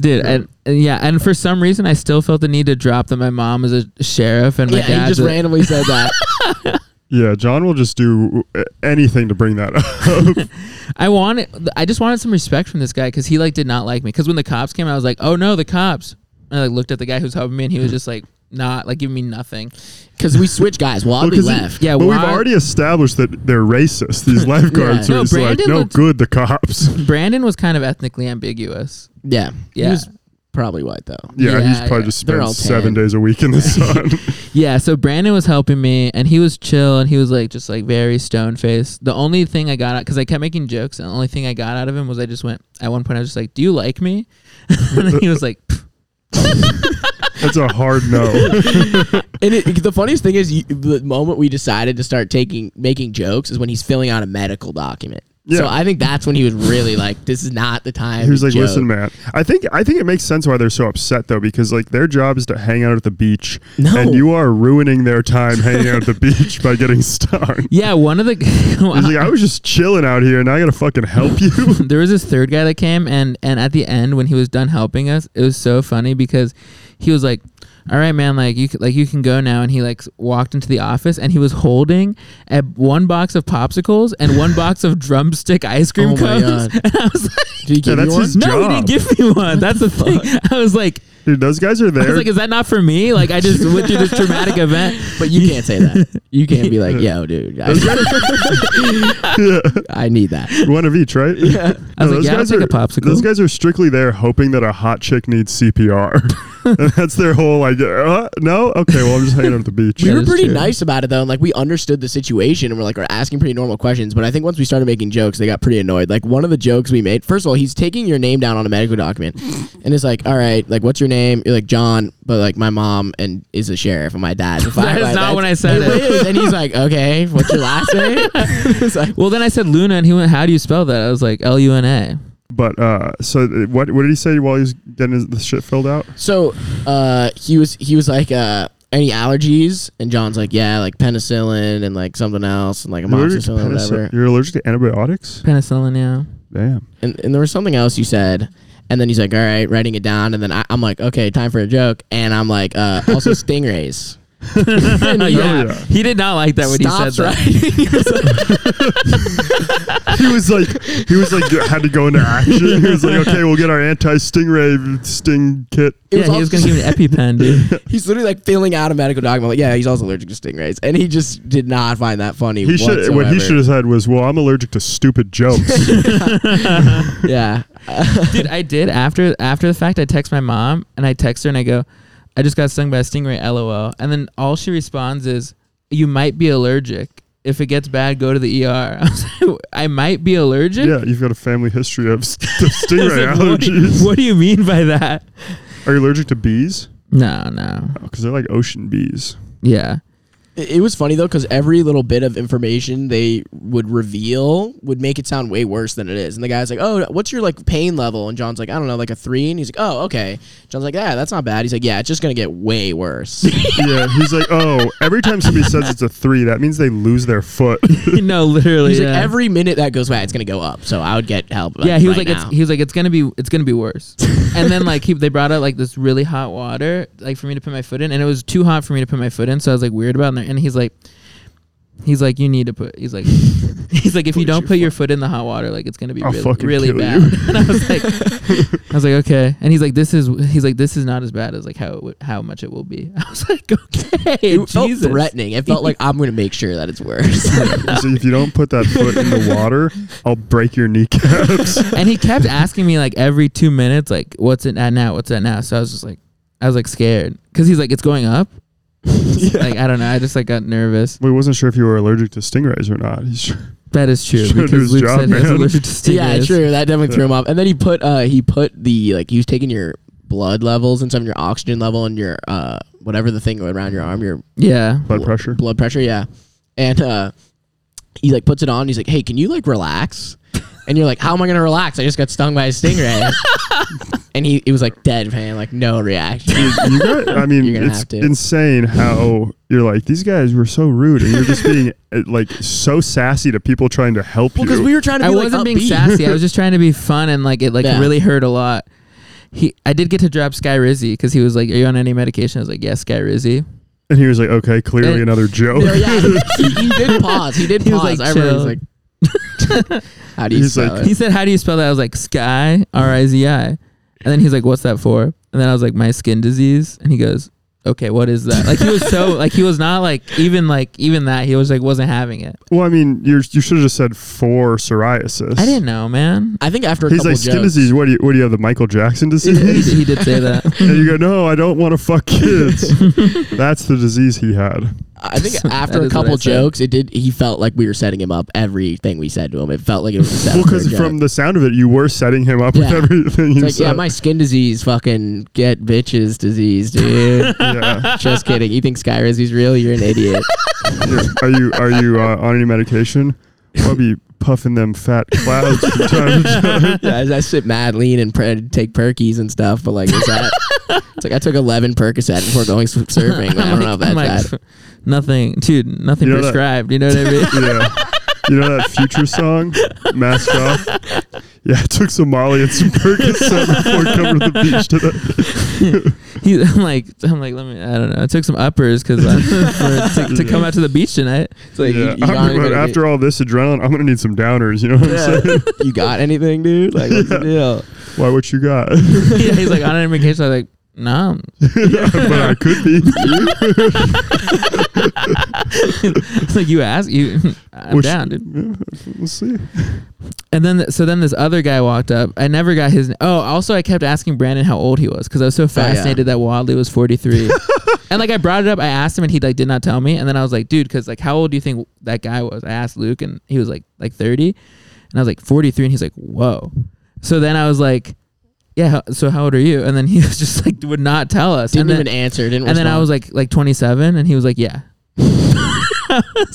Speaker 2: Dude, and, and yeah, and for some reason, I still felt the need to drop that my mom is a sheriff and my
Speaker 1: "Yeah," he
Speaker 2: dad's
Speaker 1: just
Speaker 2: a-
Speaker 1: randomly said [laughs] that.
Speaker 3: Yeah, John will just do uh, anything to bring that [laughs] up.
Speaker 2: I wanted, I just wanted some respect from this guy because he like did not like me. Because when the cops came, I was like, "Oh no, the cops!" And I like looked at the guy who's helping me, and he
Speaker 1: Hmm.
Speaker 2: was just like, "Not like giving me nothing."
Speaker 1: because we switch guys. Wadley
Speaker 3: 'cause he-
Speaker 1: left.
Speaker 2: Yeah,
Speaker 3: but we've
Speaker 2: why-
Speaker 3: already established that they're
Speaker 2: [laughs]
Speaker 3: racist. These lifeguards
Speaker 1: Yeah.
Speaker 3: are
Speaker 2: No,
Speaker 3: just
Speaker 2: Brandon
Speaker 3: like, no
Speaker 2: looked-
Speaker 3: good. The cops. [laughs]
Speaker 2: Brandon was kind of ethnically ambiguous.
Speaker 1: yeah, He
Speaker 2: Yeah.
Speaker 1: was probably white though.
Speaker 3: Yeah, he's
Speaker 2: Yeah,
Speaker 3: probably
Speaker 2: yeah.
Speaker 3: just
Speaker 1: They're all
Speaker 3: spent seven
Speaker 1: tan.
Speaker 3: days a week
Speaker 2: [laughs]
Speaker 3: in the sun.
Speaker 2: Yeah, so Brandon was helping me, and he was chill, and he was like just like very stone faced. The only thing I got out because I kept making jokes, and the only thing I got out of him was I just went at one point I was just like, "Do you like me?" [laughs] and then he was like, "Pff."
Speaker 3: That's a hard
Speaker 2: [laughs]
Speaker 3: no.
Speaker 1: And it, the funniest thing is, you, the moment we decided to start taking making jokes is when he's filling out a medical document. So
Speaker 3: Yeah.
Speaker 1: I think that's when he was really like, "This is not the time."
Speaker 3: He was
Speaker 1: to
Speaker 3: like,
Speaker 1: joke.
Speaker 3: "Listen, man, I think I think it makes sense why they're so upset though, because like their job is to hang out at the beach,
Speaker 1: No.
Speaker 3: and you are ruining their time hanging out at
Speaker 2: [laughs]
Speaker 3: the beach by getting stung."
Speaker 2: "Yeah, one of the." [laughs]
Speaker 3: He's like, "I was just chilling out here, and I gotta fucking help you." [laughs]
Speaker 2: there was this third guy that came and and at the end when he was done helping us it was so funny because he was like all right man like you c- like you can go now and he like s- walked into the office and he was holding a, one box of popsicles and one box of drumstick ice cream
Speaker 1: Oh my
Speaker 2: cones
Speaker 1: God.
Speaker 2: [laughs] and i was like
Speaker 1: Did he give
Speaker 3: Yeah,
Speaker 1: you
Speaker 3: that's
Speaker 1: one?
Speaker 3: his
Speaker 2: no
Speaker 3: job.
Speaker 2: he didn't give me one that's the thing i was like
Speaker 3: Dude, those guys are
Speaker 2: [laughs] i
Speaker 3: there.
Speaker 2: was like is that not for me like i just went through this traumatic event
Speaker 1: But you can't say
Speaker 3: [laughs]
Speaker 1: that. You can't be like, "Yo, dude,
Speaker 2: [laughs]
Speaker 3: [laughs]
Speaker 1: I, I need that."
Speaker 3: one of each, right? [laughs] Yeah.
Speaker 2: I was like, yeah, I'll take
Speaker 3: are,
Speaker 2: a popsicle.
Speaker 3: Those guys are strictly there hoping that a hot chick needs CPR. [laughs] And that's their whole like. Uh, no, okay. Well, I'm just hanging out at the
Speaker 2: [laughs]
Speaker 3: beach.
Speaker 1: We
Speaker 2: Yeah,
Speaker 1: were
Speaker 2: that's
Speaker 1: pretty
Speaker 2: true.
Speaker 1: nice about it though, and like we understood the situation, and we're like we're asking pretty normal questions. But I think once we started making jokes, they got pretty annoyed. Like one of the jokes we made, first of all, he's taking your name down on a medical document, and it's like, all right, like what's your name? You're like John, but like my mom and is a sheriff, and my dad.
Speaker 2: [laughs] That is not when
Speaker 1: [laughs]
Speaker 2: I said it.
Speaker 1: And he's like, okay, what's your last
Speaker 2: [laughs]
Speaker 1: name? it's like,
Speaker 2: well then i said luna and he went how do you spell that i was like l-u-n-a
Speaker 3: But uh, so th- what? What did he say while he was getting his, the shit filled out?
Speaker 1: So uh, he was he was like uh, any allergies, and John's like yeah, like penicillin and like something else, and like
Speaker 3: You're allergic to
Speaker 1: amoxicillin or
Speaker 3: penicillin-
Speaker 1: whatever.
Speaker 3: You're allergic to antibiotics?
Speaker 2: penicillin yeah
Speaker 3: Damn.
Speaker 1: And, and there was something else you said. And then he's like, all right, writing it down. And then I, I'm like, okay, time for a joke. And I'm like,
Speaker 2: [laughs]
Speaker 1: uh, also stingrays.
Speaker 2: yeah.
Speaker 3: [laughs] yeah.
Speaker 2: he did not like that when he
Speaker 1: Stops
Speaker 2: said that
Speaker 1: writing. [laughs] He was like,
Speaker 3: He was like, he was like, [laughs] had to go into action. He was like, okay, we'll get our anti stingray sting kit.
Speaker 1: it
Speaker 2: yeah,
Speaker 1: all-
Speaker 2: he was gonna give me an EpiPen, dude.
Speaker 1: [laughs] He's literally like filling out a medical document. Like, yeah, he's also allergic to stingrays. And he just did not find that funny.
Speaker 3: He should. What he should have said was, well, I'm allergic to
Speaker 2: [laughs]
Speaker 3: stupid jokes.
Speaker 1: [laughs] Yeah.
Speaker 2: dude, I did after after the fact. I text my mom and I text her and I go, "I just got stung by a stingray." LOL. And then all she responds is, you might be allergic. If it gets bad, go to the ER. [laughs] I was like, I might be allergic.
Speaker 3: Yeah, you've got a family history of
Speaker 2: [laughs]
Speaker 3: st-
Speaker 2: I was
Speaker 3: stingray [laughs]
Speaker 2: like, what, do you,
Speaker 3: allergies.
Speaker 2: what do you mean by that?
Speaker 3: Are you allergic to bees?
Speaker 2: No, no.
Speaker 3: Because they're like
Speaker 1: [laughs]
Speaker 3: ocean bees.
Speaker 2: Yeah.
Speaker 1: It it was funny though because every little bit of information they would reveal would make it sound way worse than it is. And the guy's like, "Oh, what's your like pain level?" And John's like, "I don't know, like a three. And he's like, "Oh, okay." John's like, "Yeah, that's not bad." He's like, "Yeah, it's just gonna get way
Speaker 2: [laughs]
Speaker 1: worse."
Speaker 3: Yeah, he's like, oh, every time somebody says it's a three, that means they lose
Speaker 1: [laughs]
Speaker 3: their foot.
Speaker 2: no, literally.
Speaker 1: he's
Speaker 2: yeah.
Speaker 1: like, "Every minute that goes by, it's gonna go up." So I would get help.
Speaker 2: yeah, he was
Speaker 1: right
Speaker 2: like, it's,
Speaker 1: now.
Speaker 2: he was like, it's gonna be, it's gonna be worse. and then like he, they brought out like this really hot water, like for me to put my foot in, and it was too hot for me to put my foot in, so I was like weird about it. And he's like, he's like, you need to put, he's like, he's like, if you don't put your foot in the hot water, like it's gonna be
Speaker 3: I'll
Speaker 2: really,
Speaker 3: fucking
Speaker 2: really
Speaker 3: kill
Speaker 2: bad.
Speaker 3: you.
Speaker 2: [laughs] and I was like, I was like, okay. And he's like, this is, he's like, this is not as bad as like how it would, how much it will be. [laughs] I was like, okay,
Speaker 1: It felt
Speaker 2: Jesus.
Speaker 1: threatening. It felt
Speaker 2: [laughs]
Speaker 1: like I'm gonna make sure that it's worse.
Speaker 3: so if you don't put that foot in the water, I'll break
Speaker 1: [laughs]
Speaker 3: your kneecaps.
Speaker 2: and he kept asking me like every two minutes, like, "What's it at now? What's it at now?" So I was just like, I was like scared because he's like, "It's
Speaker 1: [laughs]
Speaker 2: going up." Like I don't know. I just like got nervous.
Speaker 3: we wasn't sure if you were allergic to stingrays or not. He's
Speaker 2: That is true
Speaker 3: Should've
Speaker 2: because
Speaker 3: his
Speaker 2: Luke
Speaker 3: job,
Speaker 2: said he was
Speaker 3: man.
Speaker 2: allergic to stingers.
Speaker 1: [laughs] yeah, true. That definitely threw him off. And then he put uh he put the like he was taking your blood levels and some of your oxygen level and your uh whatever the thing around your arm, your
Speaker 2: Yeah.
Speaker 3: blood pressure.
Speaker 1: blood pressure, yeah. And uh he like puts it on. He's like, "Hey, can you like relax?" And you're like, "How am I gonna relax? I just got stung by a
Speaker 2: [laughs]
Speaker 1: stingray." and he it was like dead man, like no reaction.
Speaker 3: You got, I mean,
Speaker 1: You're gonna
Speaker 3: it's
Speaker 1: have to.
Speaker 3: insane how you're like these guys were so rude, and you're
Speaker 1: [laughs]
Speaker 3: just being uh, like so sassy to people trying to help
Speaker 1: Well,
Speaker 3: you.
Speaker 1: because we were trying to.
Speaker 2: I
Speaker 1: be,
Speaker 2: wasn't
Speaker 1: like,
Speaker 2: being
Speaker 1: upbeat. [laughs]
Speaker 2: sassy. I was just trying to be fun and like it like
Speaker 1: Yeah.
Speaker 2: really hurt a lot. He, I did get to drop Sky Rizzy because he was like, "Are you on any medication?" I was like, "Yes, Sky Rizzy."
Speaker 3: and he was like, "Okay, clearly
Speaker 2: Yeah.
Speaker 3: another joke."
Speaker 1: No, Eh. yeah, he, he
Speaker 2: [laughs]
Speaker 1: did pause. He did
Speaker 2: He was,
Speaker 1: pause.
Speaker 2: like,
Speaker 1: I remember he was
Speaker 2: chill.
Speaker 1: like,
Speaker 2: [laughs]
Speaker 1: "How do you
Speaker 3: He's
Speaker 1: spell
Speaker 3: like-
Speaker 1: it?"
Speaker 2: He said, "How do you spell that?" I was like, "Sky R I Z I," and then he's like, "What's that for?" And then I was like, "My skin disease," and he goes, "Okay, what is that?" Like he was so [laughs] like he was not like even like even that he was like wasn't having it.
Speaker 3: Well, I mean, you're, you should have just said for psoriasis.
Speaker 2: I didn't know,
Speaker 3: [laughs]
Speaker 2: man.
Speaker 1: I think after a
Speaker 3: He's
Speaker 1: couple
Speaker 3: like skin
Speaker 1: jokes,
Speaker 3: disease. What do you? What do you have? The Michael Jackson
Speaker 2: He,
Speaker 1: [laughs]
Speaker 2: he
Speaker 3: disease?
Speaker 2: did- he did say
Speaker 3: [laughs]
Speaker 2: that.
Speaker 3: and you go, "No, I don't want to fuck kids." That's the disease he
Speaker 1: Oh
Speaker 3: had.
Speaker 1: I [laughs] think
Speaker 2: That
Speaker 1: after a
Speaker 2: is what I
Speaker 1: couple
Speaker 2: said.
Speaker 1: jokes, it did. He felt like we were setting him up. Everything we said to him, it felt like it was a setup
Speaker 3: Well,
Speaker 1: for a
Speaker 3: because
Speaker 1: joke.
Speaker 3: from the sound of it, you were setting him up with
Speaker 1: Yeah.
Speaker 3: everything
Speaker 1: It's
Speaker 3: you
Speaker 1: like,
Speaker 3: said.
Speaker 1: yeah, my skin disease, fucking get bitches disease,
Speaker 2: [laughs]
Speaker 1: dude.
Speaker 3: [laughs] Yeah.
Speaker 1: Just kidding. You think Sky Rizzy's real? You're an idiot.
Speaker 3: Yeah. Are you are you uh, on any medication? I'll be puffing them fat clouds from time to
Speaker 1: [laughs]
Speaker 3: time.
Speaker 1: yeah, I, I sit mad lean and pre- take perkies and stuff, but like, is that? it's like I took 11 Percocet before going s- surfing. I don't know
Speaker 2: [laughs]
Speaker 1: if that's
Speaker 2: I'm like,
Speaker 1: bad.
Speaker 2: Nothing, dude. Nothing
Speaker 3: You know that-
Speaker 2: prescribed. You know what I
Speaker 3: [laughs]
Speaker 2: mean?
Speaker 3: Yeah. You know that future song, Mask Off? Yeah, I took some Molly and some Percocet before coming to the beach today. [laughs]
Speaker 2: He, I'm like, I'm like, let me. I don't know. I took some uppers because
Speaker 3: [laughs]
Speaker 2: to, to come out to the beach tonight. [laughs]
Speaker 1: It's like,
Speaker 3: Yeah.
Speaker 1: you, you,
Speaker 3: I'm
Speaker 1: got
Speaker 3: gonna-
Speaker 1: anything,
Speaker 3: after all this adrenaline, I'm going to need some downers. You know what
Speaker 2: [laughs]
Speaker 3: I'm saying?
Speaker 1: you got anything, dude? Like, what's the deal?
Speaker 3: Why, what you got? [laughs]
Speaker 2: yeah, he's like on an vacation. I was like, [laughs] no,
Speaker 3: but I could be.
Speaker 2: It's like you ask you. [laughs] I'm
Speaker 3: Which-
Speaker 2: down, dude.
Speaker 3: Yeah, we'll see.
Speaker 2: And then so then this other guy walked up. I never got his. Oh, also I kept asking Brandon how old he was because
Speaker 1: Oh,
Speaker 2: I was so fascinated that Wadley
Speaker 1: [laughs]
Speaker 2: was 43. and like I brought it up, I asked him and he like did not tell me. And then I was like, dude, because like how old do you think that guy was? I asked Luke and he was like like 30, and I was like 43, and he's like, whoa. So then I was like, yeah. how- So how old are you? And then he [laughs] was just like would not tell us.
Speaker 1: Didn't
Speaker 2: and then,
Speaker 1: even answer. Didn't.
Speaker 2: and then I
Speaker 1: respond.
Speaker 2: was like like 27, and he was like, yeah.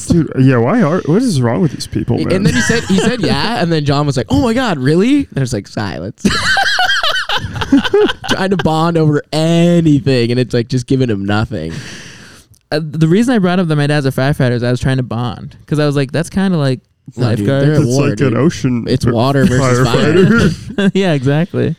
Speaker 3: Dude, yeah, why are, what is wrong with these people, man?
Speaker 1: And then he said, he said, yeah. And then John was like, oh my God, really? And there's like silence. [laughs] Trying to bond over anything. And it's like just giving him nothing.
Speaker 2: uh, the reason I brought up that my dad's a firefighter is I was trying to bond because I was like, that's kind of like
Speaker 1: No, dude,
Speaker 2: lifeguard.
Speaker 1: they're-
Speaker 3: [laughs] it's
Speaker 1: war,
Speaker 3: like
Speaker 1: dude.
Speaker 3: an ocean.
Speaker 1: It's water versus [laughs]
Speaker 2: yeah, exactly.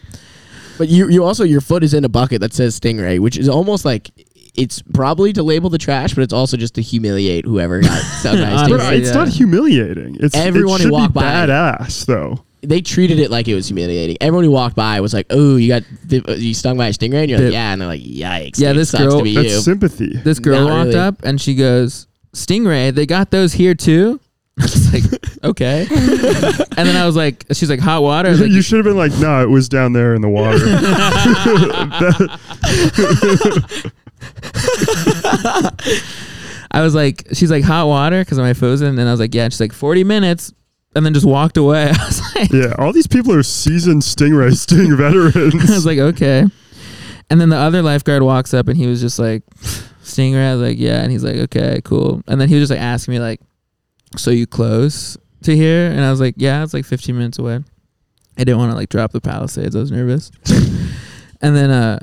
Speaker 1: But you, you also, your foot is in a bucket that says stingray, which is almost like it's probably to label the trash, but it's also just to humiliate whoever
Speaker 2: [laughs]
Speaker 1: got stung by a
Speaker 2: Honestly.
Speaker 3: But
Speaker 1: stingray.
Speaker 3: it's
Speaker 2: Yeah.
Speaker 3: not humiliating. It's
Speaker 1: Everyone
Speaker 3: it
Speaker 1: who
Speaker 3: should
Speaker 1: walked
Speaker 3: be
Speaker 1: by.
Speaker 3: badass though.
Speaker 1: They treated it like it was humiliating. Everyone who walked by was like, oh, you got, you stung by a stingray? And you're
Speaker 2: Bip.
Speaker 1: like, yeah. And they're like, yikes.
Speaker 2: Yeah,
Speaker 1: dude,
Speaker 2: this
Speaker 1: sucks
Speaker 2: girl-
Speaker 1: to be
Speaker 3: That's
Speaker 1: you.
Speaker 3: sympathy.
Speaker 2: This girl
Speaker 1: Not
Speaker 2: walked
Speaker 1: really.
Speaker 2: up and she goes, Stingray, they got those here too. [laughs] I was like, okay. and then I was like, she's like, hot water. I was like,
Speaker 3: [laughs] [laughs] you should have been like, no, it was down there in the water.
Speaker 1: [laughs]
Speaker 3: That-
Speaker 2: I was like, she's like hot water because am I frozen? And I was like, yeah. And she's like forty minutes, and then just walked away. [laughs] I was like,
Speaker 3: Yeah, all these people are seasoned stingray sting
Speaker 1: [laughs]
Speaker 3: veterans.
Speaker 2: [laughs] I was like, okay. And then the other lifeguard walks up and he was just like, Stinger. I was like, yeah. And he's like, okay, cool. And then he was just like asking me, like, so you close to here? And I was like, yeah, it's like 15 minutes away. I didn't want to like drop the Palisades. I was
Speaker 3: [laughs]
Speaker 2: nervous. and then, uh,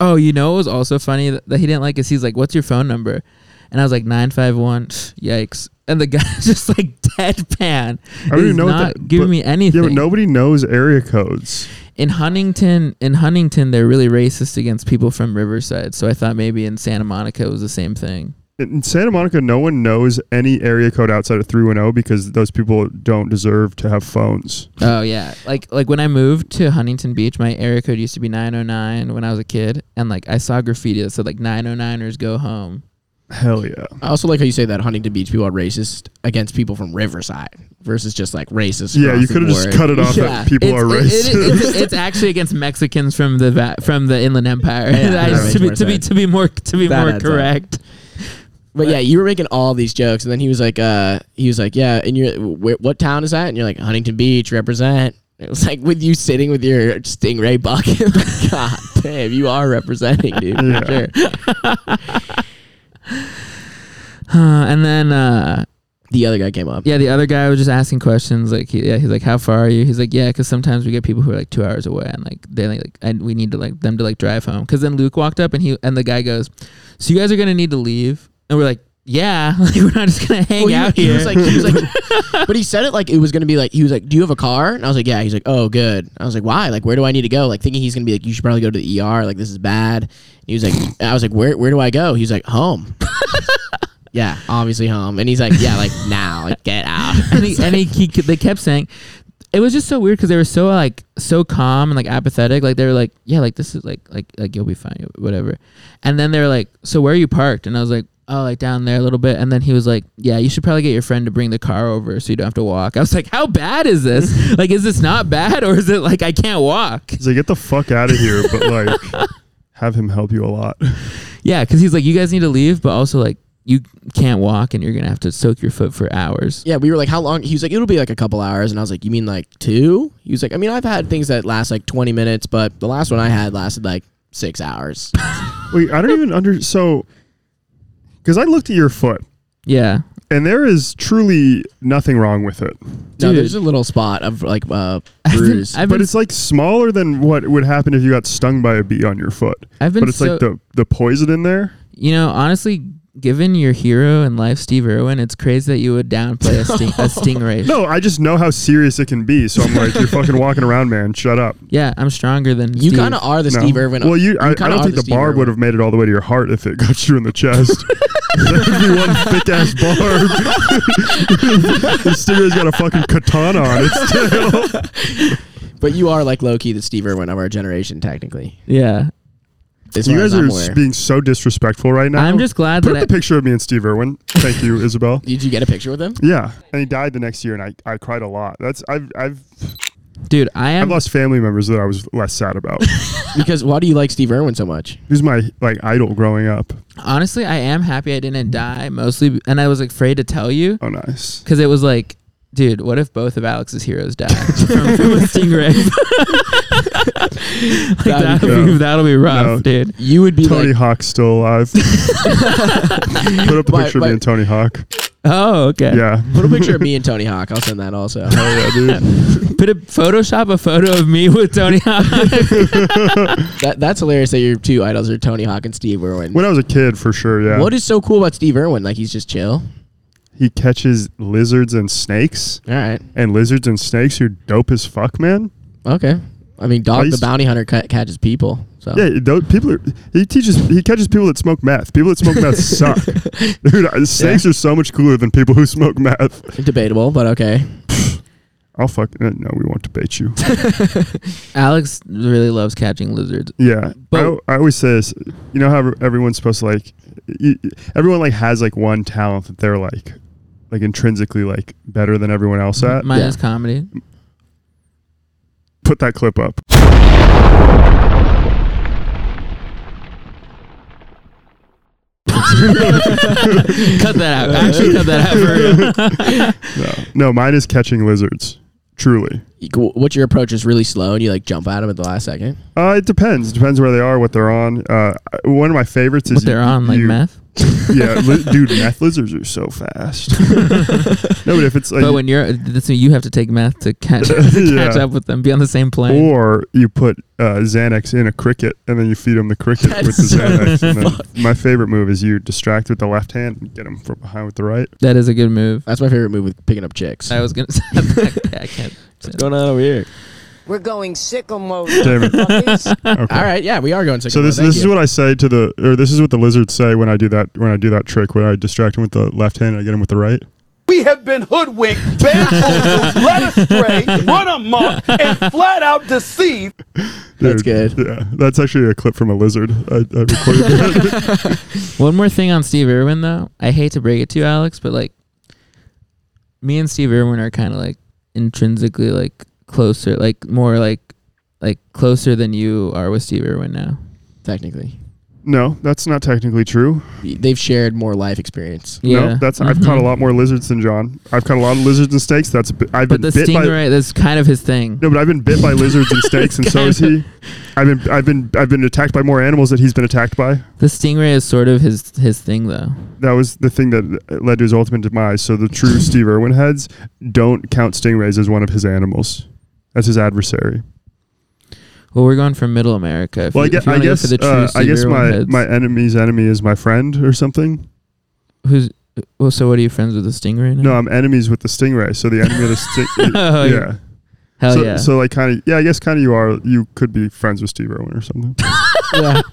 Speaker 2: oh, you know, it was also funny that, that he didn't like us. He's like, what's your phone number? And I was like, 951. Yikes. And the guy [laughs] just like deadpan. I
Speaker 3: don't even know what
Speaker 2: not
Speaker 3: that-
Speaker 2: giving
Speaker 3: but-
Speaker 2: me anything
Speaker 3: yeah, but nobody knows area codes.
Speaker 2: in Huntington, in Huntington, they're really racist against people from Riverside. So I thought maybe in Santa Monica it was the same thing.
Speaker 3: In Santa Monica, no one knows any area code outside of 310 because those people don't deserve to have phones.
Speaker 2: Oh yeah, like like when I moved to Huntington Beach, my area code used to be 909 when I was a kid, and like I saw graffiti that said like 909ers go home.
Speaker 3: Hell yeah.
Speaker 1: I also like how you say that Huntington Beach people are racist against people from Riverside versus just like racist.
Speaker 3: Yeah,
Speaker 1: across
Speaker 3: you
Speaker 1: the
Speaker 3: could have just
Speaker 1: board.
Speaker 3: cut it off
Speaker 2: Yeah.
Speaker 3: that people
Speaker 2: It's-
Speaker 3: are
Speaker 2: it-
Speaker 3: racist. [laughs]
Speaker 2: it- it's, it's actually against Mexicans from the va- from the Inland Empire.
Speaker 1: Yeah,
Speaker 2: [laughs] I-
Speaker 1: that makes
Speaker 2: to, be,
Speaker 1: more
Speaker 2: to be
Speaker 1: sense.
Speaker 2: to be more to be
Speaker 1: That
Speaker 2: more
Speaker 1: adds up.
Speaker 2: correct.
Speaker 1: But yeah, you were making all these jokes, and then he was like, uh, he was like, yeah, and you're, wh- what town is that? And you're like, Huntington Beach, represent. It was like with you sitting with your stingray bucket. [laughs] like, God damn, you are representing, dude. for
Speaker 3: Yeah.
Speaker 1: sure.
Speaker 2: Uh, and then uh,
Speaker 1: The other guy came up.
Speaker 2: Yeah, the other guy was just asking questions. Like, he, yeah, he's like, "How far are you?" He's like, "Yeah," because sometimes we get people who are like two hours away, and like they like, like and we need to like them to like drive home. Because then Luke walked up, and he and the guy goes, "So you guys are gonna need to leave," and we're like, "Yeah, [laughs] like we're not just gonna hang
Speaker 1: Well, he-
Speaker 2: out
Speaker 1: Oh, he
Speaker 2: here."
Speaker 1: was like, he was like, [laughs] but he said it like it was gonna be like he was like, "Do you have a car?" And I was like, "Yeah." He's like, "Oh, good." I was like, "Why? Like, where do I need to go?" Like thinking he's gonna be like, "You should probably go to the ER." Like this is bad. And he was like, [laughs] and "I was like, where where do I go?" He's like, "Home." [laughs] yeah, obviously home. And he's like, "Yeah, like [laughs] now, like get out." [laughs]
Speaker 2: and [laughs] he, and he, he they kept saying it was just so weird because they were so like so calm and like apathetic like they were like yeah like this is like like like you'll be fine you'll- whatever and then they were like so where are you parked and i was like oh like down there a little bit and then he was like yeah you should probably get your friend to bring the car over so you don't have to walk i was like how bad is [laughs] this like is this not bad or is it like i can't walk
Speaker 3: He's like, get the fuck out of here, but like, [laughs] have him help you a lot. [laughs]
Speaker 2: yeah because he's like you guys need to leave but also like you can't walk and you're gonna have to soak your foot for hours
Speaker 1: yeah, we were like, "How long?" He was like, "It'll be like a couple hours." And I was like, "You mean like two? He was like, "I mean, I've had things that last like twenty minutes, but the last one I had lasted like six hours." [laughs]
Speaker 3: Wait, I don't even under so because I looked at your foot
Speaker 2: yeah
Speaker 3: and there is truly nothing wrong with it,
Speaker 1: no,
Speaker 2: Dude.
Speaker 1: there's a little spot of like uh,
Speaker 2: [laughs] I've been-
Speaker 1: bruise.
Speaker 2: I've
Speaker 3: but
Speaker 2: been
Speaker 3: it's like smaller than what would happen if you got stung by a bee on your foot.
Speaker 2: I've been
Speaker 3: but it's
Speaker 2: so-
Speaker 3: like the the poison in there.
Speaker 2: You know, honestly, given your hero in life, Steve Irwin, it's crazy that you would downplay a, sting- a stingray.
Speaker 3: No, I just know how serious it can be, so I'm like, you're fucking walking around, man. Shut up.
Speaker 2: Yeah, I'm stronger than
Speaker 1: You
Speaker 2: Steve.
Speaker 1: kind of are the
Speaker 3: No.
Speaker 1: Steve Irwin.
Speaker 3: Well, you. I, I
Speaker 1: kinda
Speaker 3: don't
Speaker 1: are
Speaker 3: think the,
Speaker 1: Steve
Speaker 3: barb
Speaker 1: Irwin.
Speaker 3: would have made it all the way to your heart if it got you in
Speaker 1: [laughs]
Speaker 3: the chest. that would be one thick ass [laughs] barb. the stingray's got a fucking katana on its tail.
Speaker 1: But you are like low key the Steve Irwin of our generation, technically.
Speaker 2: Yeah,
Speaker 1: As
Speaker 3: You
Speaker 1: far
Speaker 3: guys
Speaker 1: as I'm
Speaker 3: are
Speaker 1: aware.
Speaker 3: being so disrespectful right now.
Speaker 2: I'm just glad
Speaker 3: Put
Speaker 2: that
Speaker 3: up the picture of me and Steve Irwin. Thank you, Isabel.
Speaker 2: [laughs]
Speaker 1: Did you get a picture with him?
Speaker 3: Yeah, and he died the next year, and I, I cried a lot. That's I've I've
Speaker 2: I, dude, I
Speaker 3: I've
Speaker 2: am.
Speaker 3: lost family members that I was less sad
Speaker 2: [laughs]
Speaker 3: about.
Speaker 1: Because why do you like Steve Irwin so much?
Speaker 3: Who's my like idol growing up?
Speaker 2: honestly, I am happy I didn't die. Mostly, b- and I was afraid to tell you
Speaker 3: Oh, nice.
Speaker 2: because it was like, dude, what if both of Alex's heroes die from, from a stingray?
Speaker 1: That'd
Speaker 2: like
Speaker 1: be
Speaker 2: that'll be,
Speaker 3: cool.
Speaker 2: that'll be rough,
Speaker 3: No.
Speaker 2: dude.
Speaker 1: You would be
Speaker 3: Tony
Speaker 1: like,
Speaker 3: Hawk's still
Speaker 1: [laughs]
Speaker 3: alive. Put up a
Speaker 1: Why-
Speaker 3: picture of
Speaker 1: why-
Speaker 3: me and Tony Hawk.
Speaker 2: Oh, okay.
Speaker 3: Yeah.
Speaker 1: put a picture of me and Tony Hawk. I'll send that also.
Speaker 3: Oh, yeah, dude.
Speaker 2: Put a Photoshop a photo of me with Tony Hawk.
Speaker 1: [laughs] that, that's hilarious that your two idols are Tony Hawk and Steve Irwin.
Speaker 3: When I was a kid, for sure. Yeah.
Speaker 1: what is so cool about Steve Irwin? Like he's just chill.
Speaker 3: he catches lizards and snakes,
Speaker 1: All right.
Speaker 3: and lizards and snakes are dope as fuck, man.
Speaker 1: Okay. I mean,
Speaker 3: Well,
Speaker 1: Dog the
Speaker 3: he's-
Speaker 1: Bounty Hunter ca- catches people. So
Speaker 3: Yeah, those people. Are, he teaches. He catches people that smoke meth. People that smoke meth suck,
Speaker 1: [laughs]
Speaker 3: dude. uh, Snakes are so much cooler than people who smoke meth.
Speaker 1: debatable, but okay.
Speaker 3: I'll fuck. uh, No, we won't debate you.
Speaker 2: Alex really loves catching lizards.
Speaker 3: Yeah,
Speaker 2: But-
Speaker 3: I, I always say this. You know how everyone's supposed to like, y- y- everyone like has like one talent that they're like, like intrinsically like better than everyone else at.
Speaker 2: Mine
Speaker 1: Yeah.
Speaker 2: is comedy.
Speaker 3: Put that clip up.
Speaker 2: cut that [laughs] out. Actually, cut that out for real.
Speaker 3: No, mine is catching lizards. Truly.
Speaker 1: You go- What's your approach? Is really slow, and you like jump at them at the last second.
Speaker 3: Uh, it depends. It depends where they are, what they're on. Uh, one of my favorites is
Speaker 2: What they're on, like
Speaker 3: you-
Speaker 2: meth.
Speaker 3: Yeah,
Speaker 2: [laughs]
Speaker 3: li- dude, meth lizards are so fast. no, but if it's like,
Speaker 2: But when you're, that's when you have to take meth to catch, [laughs] to
Speaker 3: [laughs] Yeah.
Speaker 2: catch up with them, be on the same plane.
Speaker 3: or you put uh, Xanax in a cricket and then you feed them the cricket
Speaker 1: That's
Speaker 3: with the
Speaker 1: so
Speaker 3: Xanax. and then my favorite move is you distract with the left hand and get them from behind with the right.
Speaker 2: That is a good move.
Speaker 1: That's my favorite move with picking up chicks.
Speaker 2: I was gonna. [laughs] Say, I can't.
Speaker 1: What's going on over here?
Speaker 6: We're going sickle mode,
Speaker 3: Damn it.
Speaker 6: motherfuckers.
Speaker 1: [laughs]
Speaker 3: Okay.
Speaker 1: All right, yeah, we are going to.
Speaker 3: So this this is what I say to the or this is what the lizards say when I do that when I do that trick when I distract them with the left hand and I get them with the right.
Speaker 8: We have been hoodwinked, bamboozled, led astray, run amok, and flat out deceived.
Speaker 1: That's
Speaker 3: Dude,
Speaker 1: good.
Speaker 3: Yeah, that's actually a clip from a lizard. I, I recorded that. [laughs]
Speaker 2: One more thing on Steve Irwin, though. I hate to break it to you, Alex, but like, me and Steve Irwin are kind of like intrinsically like closer, like more like like closer than you are with Steve Irwin now.
Speaker 1: technically
Speaker 3: No, that's not technically true.
Speaker 1: they've shared more life experience.
Speaker 3: No, that's
Speaker 2: Mm-hmm.
Speaker 3: I've caught a lot more lizards than John. I've caught a lot of lizards and snakes. That's a bit- I've
Speaker 2: But the
Speaker 3: been bit by
Speaker 2: stingray, that's kind of his thing.
Speaker 3: no, but I've been
Speaker 2: [laughs]
Speaker 3: bit by lizards and snakes, and so is he. I've been I've been I've been attacked by more animals that he's been attacked by.
Speaker 2: The stingray is sort of his his thing, though.
Speaker 3: That was the thing that led to his ultimate demise. So
Speaker 2: [laughs]
Speaker 3: the true Steve Irwin heads don't count stingrays as one of his animals. That's his adversary.
Speaker 2: Well, we're going for Middle America. If
Speaker 3: Well, I
Speaker 2: you-
Speaker 3: guess
Speaker 2: if you
Speaker 3: I
Speaker 2: wanna go
Speaker 3: guess,
Speaker 2: for the true
Speaker 3: uh, I
Speaker 2: Steve
Speaker 3: guess
Speaker 2: Irwin
Speaker 3: my
Speaker 2: heads.
Speaker 3: my enemy's enemy is my friend or something.
Speaker 2: who's well, so what are you friends with the stingray? Now?
Speaker 3: No, I'm enemies with the stingray. So the enemy of
Speaker 2: [laughs]
Speaker 3: the stingray.
Speaker 2: Oh, yeah.
Speaker 3: yeah.
Speaker 2: hell
Speaker 3: so,
Speaker 2: yeah,
Speaker 3: so like kind of yeah, I guess kind of you are you could be friends with Steve Irwin
Speaker 2: [laughs]
Speaker 3: or something.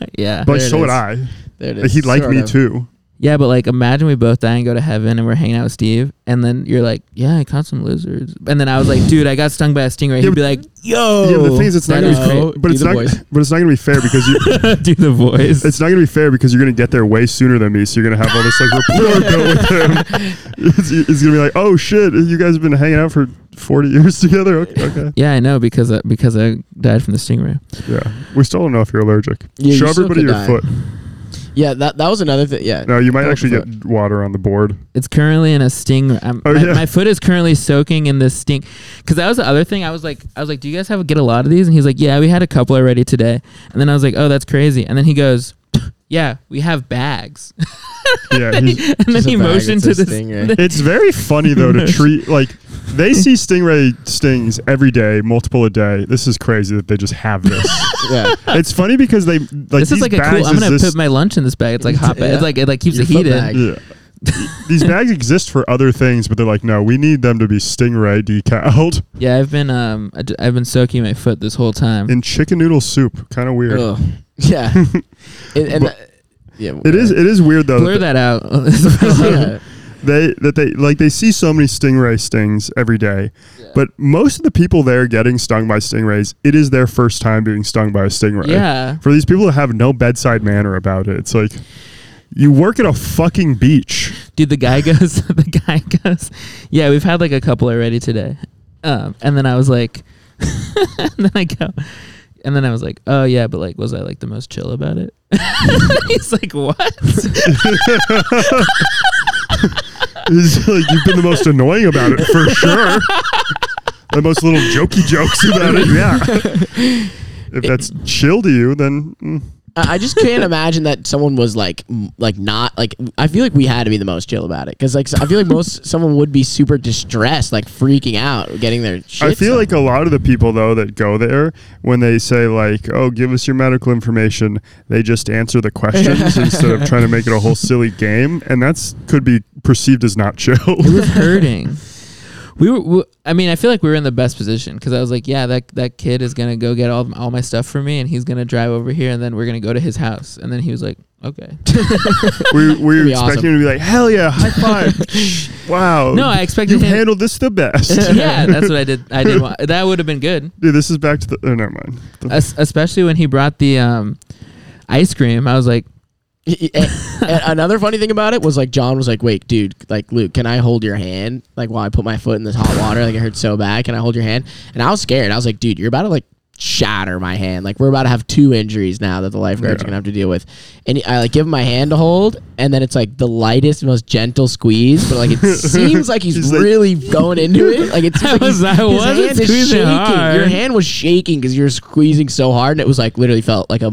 Speaker 2: [laughs] yeah,
Speaker 3: But
Speaker 1: There it
Speaker 3: so would
Speaker 1: is.
Speaker 3: I.
Speaker 1: There it
Speaker 3: Like,
Speaker 1: is.
Speaker 3: he'd like
Speaker 1: sort
Speaker 3: me
Speaker 1: of.
Speaker 3: too.
Speaker 2: yeah. But like, imagine we both die and go to heaven, and we're hanging out with Steve, and then you're like, yeah, I caught some lizards, and then I was like, dude, I got stung by a stingray. He'd
Speaker 3: but-
Speaker 2: be like, yo,
Speaker 3: yeah, but the thing is, it's not
Speaker 1: that
Speaker 3: gonna
Speaker 1: is
Speaker 3: be,
Speaker 1: great.
Speaker 3: but it's
Speaker 1: Do the
Speaker 3: not,
Speaker 1: voice.
Speaker 3: but it's not gonna be fair because you,
Speaker 2: [laughs]
Speaker 3: [laughs]
Speaker 2: do the voice.
Speaker 3: it's not gonna be fair because you're gonna get there way sooner than me. So you're gonna have all this like rapport built with him. It's, it's gonna be like, oh shit, you guys have been hanging out for 40 years [laughs] together. Okay, okay.
Speaker 2: [laughs] yeah, I know because I, because I died from the stingray.
Speaker 3: yeah. We still don't know if you're allergic.
Speaker 1: Yeah, you
Speaker 3: Show
Speaker 1: still
Speaker 3: everybody
Speaker 1: could
Speaker 3: your
Speaker 1: die.
Speaker 3: foot.
Speaker 1: Yeah, that that was another thing. Yeah,
Speaker 3: No, you might
Speaker 1: Hold
Speaker 3: actually
Speaker 1: the
Speaker 3: get water on the board.
Speaker 2: It's currently in a sting. I'm,
Speaker 3: Oh,
Speaker 2: my,
Speaker 3: yeah.
Speaker 2: my foot is currently soaking in this sting. Because that was the other thing. I was like, I was like, do you guys have get a lot of these? And he's like, yeah, we had a couple already today. And then I was like, oh, that's crazy. And then he goes, [clears throat] yeah, we have bags. [laughs]
Speaker 3: Yeah, he's,
Speaker 2: and then
Speaker 1: Just a
Speaker 2: he
Speaker 1: bag that
Speaker 2: motioned to
Speaker 1: says
Speaker 2: this. [laughs]
Speaker 1: stingray.
Speaker 3: It's very funny though to treat like they see stingray stings every day, multiple a day. This is crazy that they just
Speaker 2: [laughs]
Speaker 3: have this.
Speaker 1: yeah.
Speaker 3: it's funny because they like
Speaker 2: This is
Speaker 3: these
Speaker 2: like a
Speaker 3: bags
Speaker 2: cool. I'm gonna
Speaker 3: exist-
Speaker 2: put my lunch in this bag. It's like hot. Bag.
Speaker 1: Yeah.
Speaker 2: It's like it like keeps
Speaker 1: Your
Speaker 2: the heat
Speaker 1: foot
Speaker 2: in.
Speaker 1: bag.
Speaker 3: yeah. these bags exist for other things, but they're like, no, we need them to be stingray decaled
Speaker 2: Yeah, I've been um I d- I've been soaking my foot this whole time.
Speaker 3: in chicken noodle soup. Kind of weird. [laughs]
Speaker 1: Ugh. Yeah. and and
Speaker 3: But-
Speaker 1: that- yeah,
Speaker 3: It is. It is weird though.
Speaker 2: Blur
Speaker 3: that
Speaker 2: that out. [laughs]
Speaker 3: [laughs]
Speaker 1: yeah.
Speaker 3: they that they like they see so many stingray stings every day but most of the people there getting stung by stingrays it is their first time being stung by a stingray
Speaker 2: Yeah.
Speaker 3: for these people to have no bedside manner about it it's like you work at a fucking beach
Speaker 2: Dude, the guy [laughs] goes, the guy goes, yeah, we've had like a couple already today. Um, and then I was like, [laughs] and then I go, and then I was like, oh yeah, but like, was I like the most chill about it? [laughs] He's like, what?
Speaker 3: it's like you've been the most annoying about it for sure the most little jokey jokes about it yeah if that's chill to you then mm,
Speaker 1: I I just
Speaker 3: [laughs]
Speaker 1: can't imagine that someone was like, m- like not like. I feel like we had to be the most chill about it because like I feel like most someone would be super distressed, like freaking out, getting their. Shit
Speaker 3: I feel
Speaker 1: sucked.
Speaker 3: like a lot of the people though that go there when they say like, "Oh, give us your medical information," they just answer the questions instead of trying to make it a whole silly game, and that's could be perceived as not chill.
Speaker 2: It was hurting. [laughs] We were, we, I mean, I feel like we were in the best position because I was like, yeah, that, that kid is going to go get all, all my stuff for me and he's going to drive over here and then we're going to go to his house. And then he was like, okay.
Speaker 3: [laughs] we we were
Speaker 1: be
Speaker 3: expecting
Speaker 1: awesome.
Speaker 3: to be like, "Hell yeah, high five! wow,
Speaker 2: No, I expected
Speaker 3: you
Speaker 2: him- [laughs]
Speaker 3: [laughs] handled this the best."
Speaker 2: yeah, that's what I did. I did. wa- That would have been good.
Speaker 3: Dude, this is back to the. Oh, never mind. The-
Speaker 2: Es- especially when he brought the um, ice cream. I was like,
Speaker 1: And- and another funny thing about it was like John was like, "Wait, dude, like Luke, can I hold your hand? Like while I put my foot in this hot water, like it hurt so bad. Can I hold your hand?" And I was scared. I was like, "Dude, you're about to like shatter my hand. Like we're about to have two injuries now that the lifeguards are gonna have to deal with. And I like give him my hand to hold, and then it's like the lightest, most gentle squeeze, but like it seems like he's,
Speaker 3: He's like-
Speaker 1: really going into it. Like it seems
Speaker 2: I
Speaker 1: like
Speaker 2: was-
Speaker 1: he's-
Speaker 2: I
Speaker 1: his
Speaker 2: wasn't
Speaker 1: hand is
Speaker 2: squeezing
Speaker 1: shaking.
Speaker 2: hard.
Speaker 1: Your hand was shaking because you were squeezing so hard, and it was like literally felt like a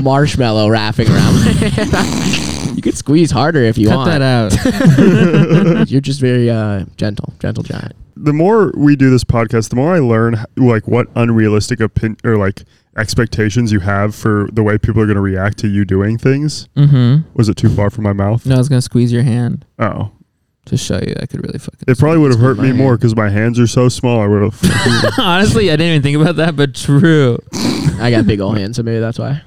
Speaker 1: marshmallow wrapping around. My
Speaker 2: [laughs]
Speaker 1: hand. you could squeeze harder if you
Speaker 2: Cut
Speaker 1: want.
Speaker 2: that
Speaker 1: [laughs]
Speaker 2: out.
Speaker 1: You're just very uh, gentle, gentle giant.
Speaker 3: the more we do this podcast, the more I learn h- like what unrealistic opinion or like expectations you have for the way people are going to react to you doing things.
Speaker 2: mm-hmm.
Speaker 3: Was it too far from my mouth?
Speaker 2: No, I was gonna squeeze your hand
Speaker 3: Oh,
Speaker 2: to show you I could really fucking.
Speaker 3: it probably would have hurt
Speaker 2: my
Speaker 3: me
Speaker 2: hand.
Speaker 3: more because my hands are so small. I would have.
Speaker 2: [laughs] Honestly, I didn't even think about that, but true.
Speaker 1: I got
Speaker 2: [laughs]
Speaker 1: big old hands, so maybe that's why.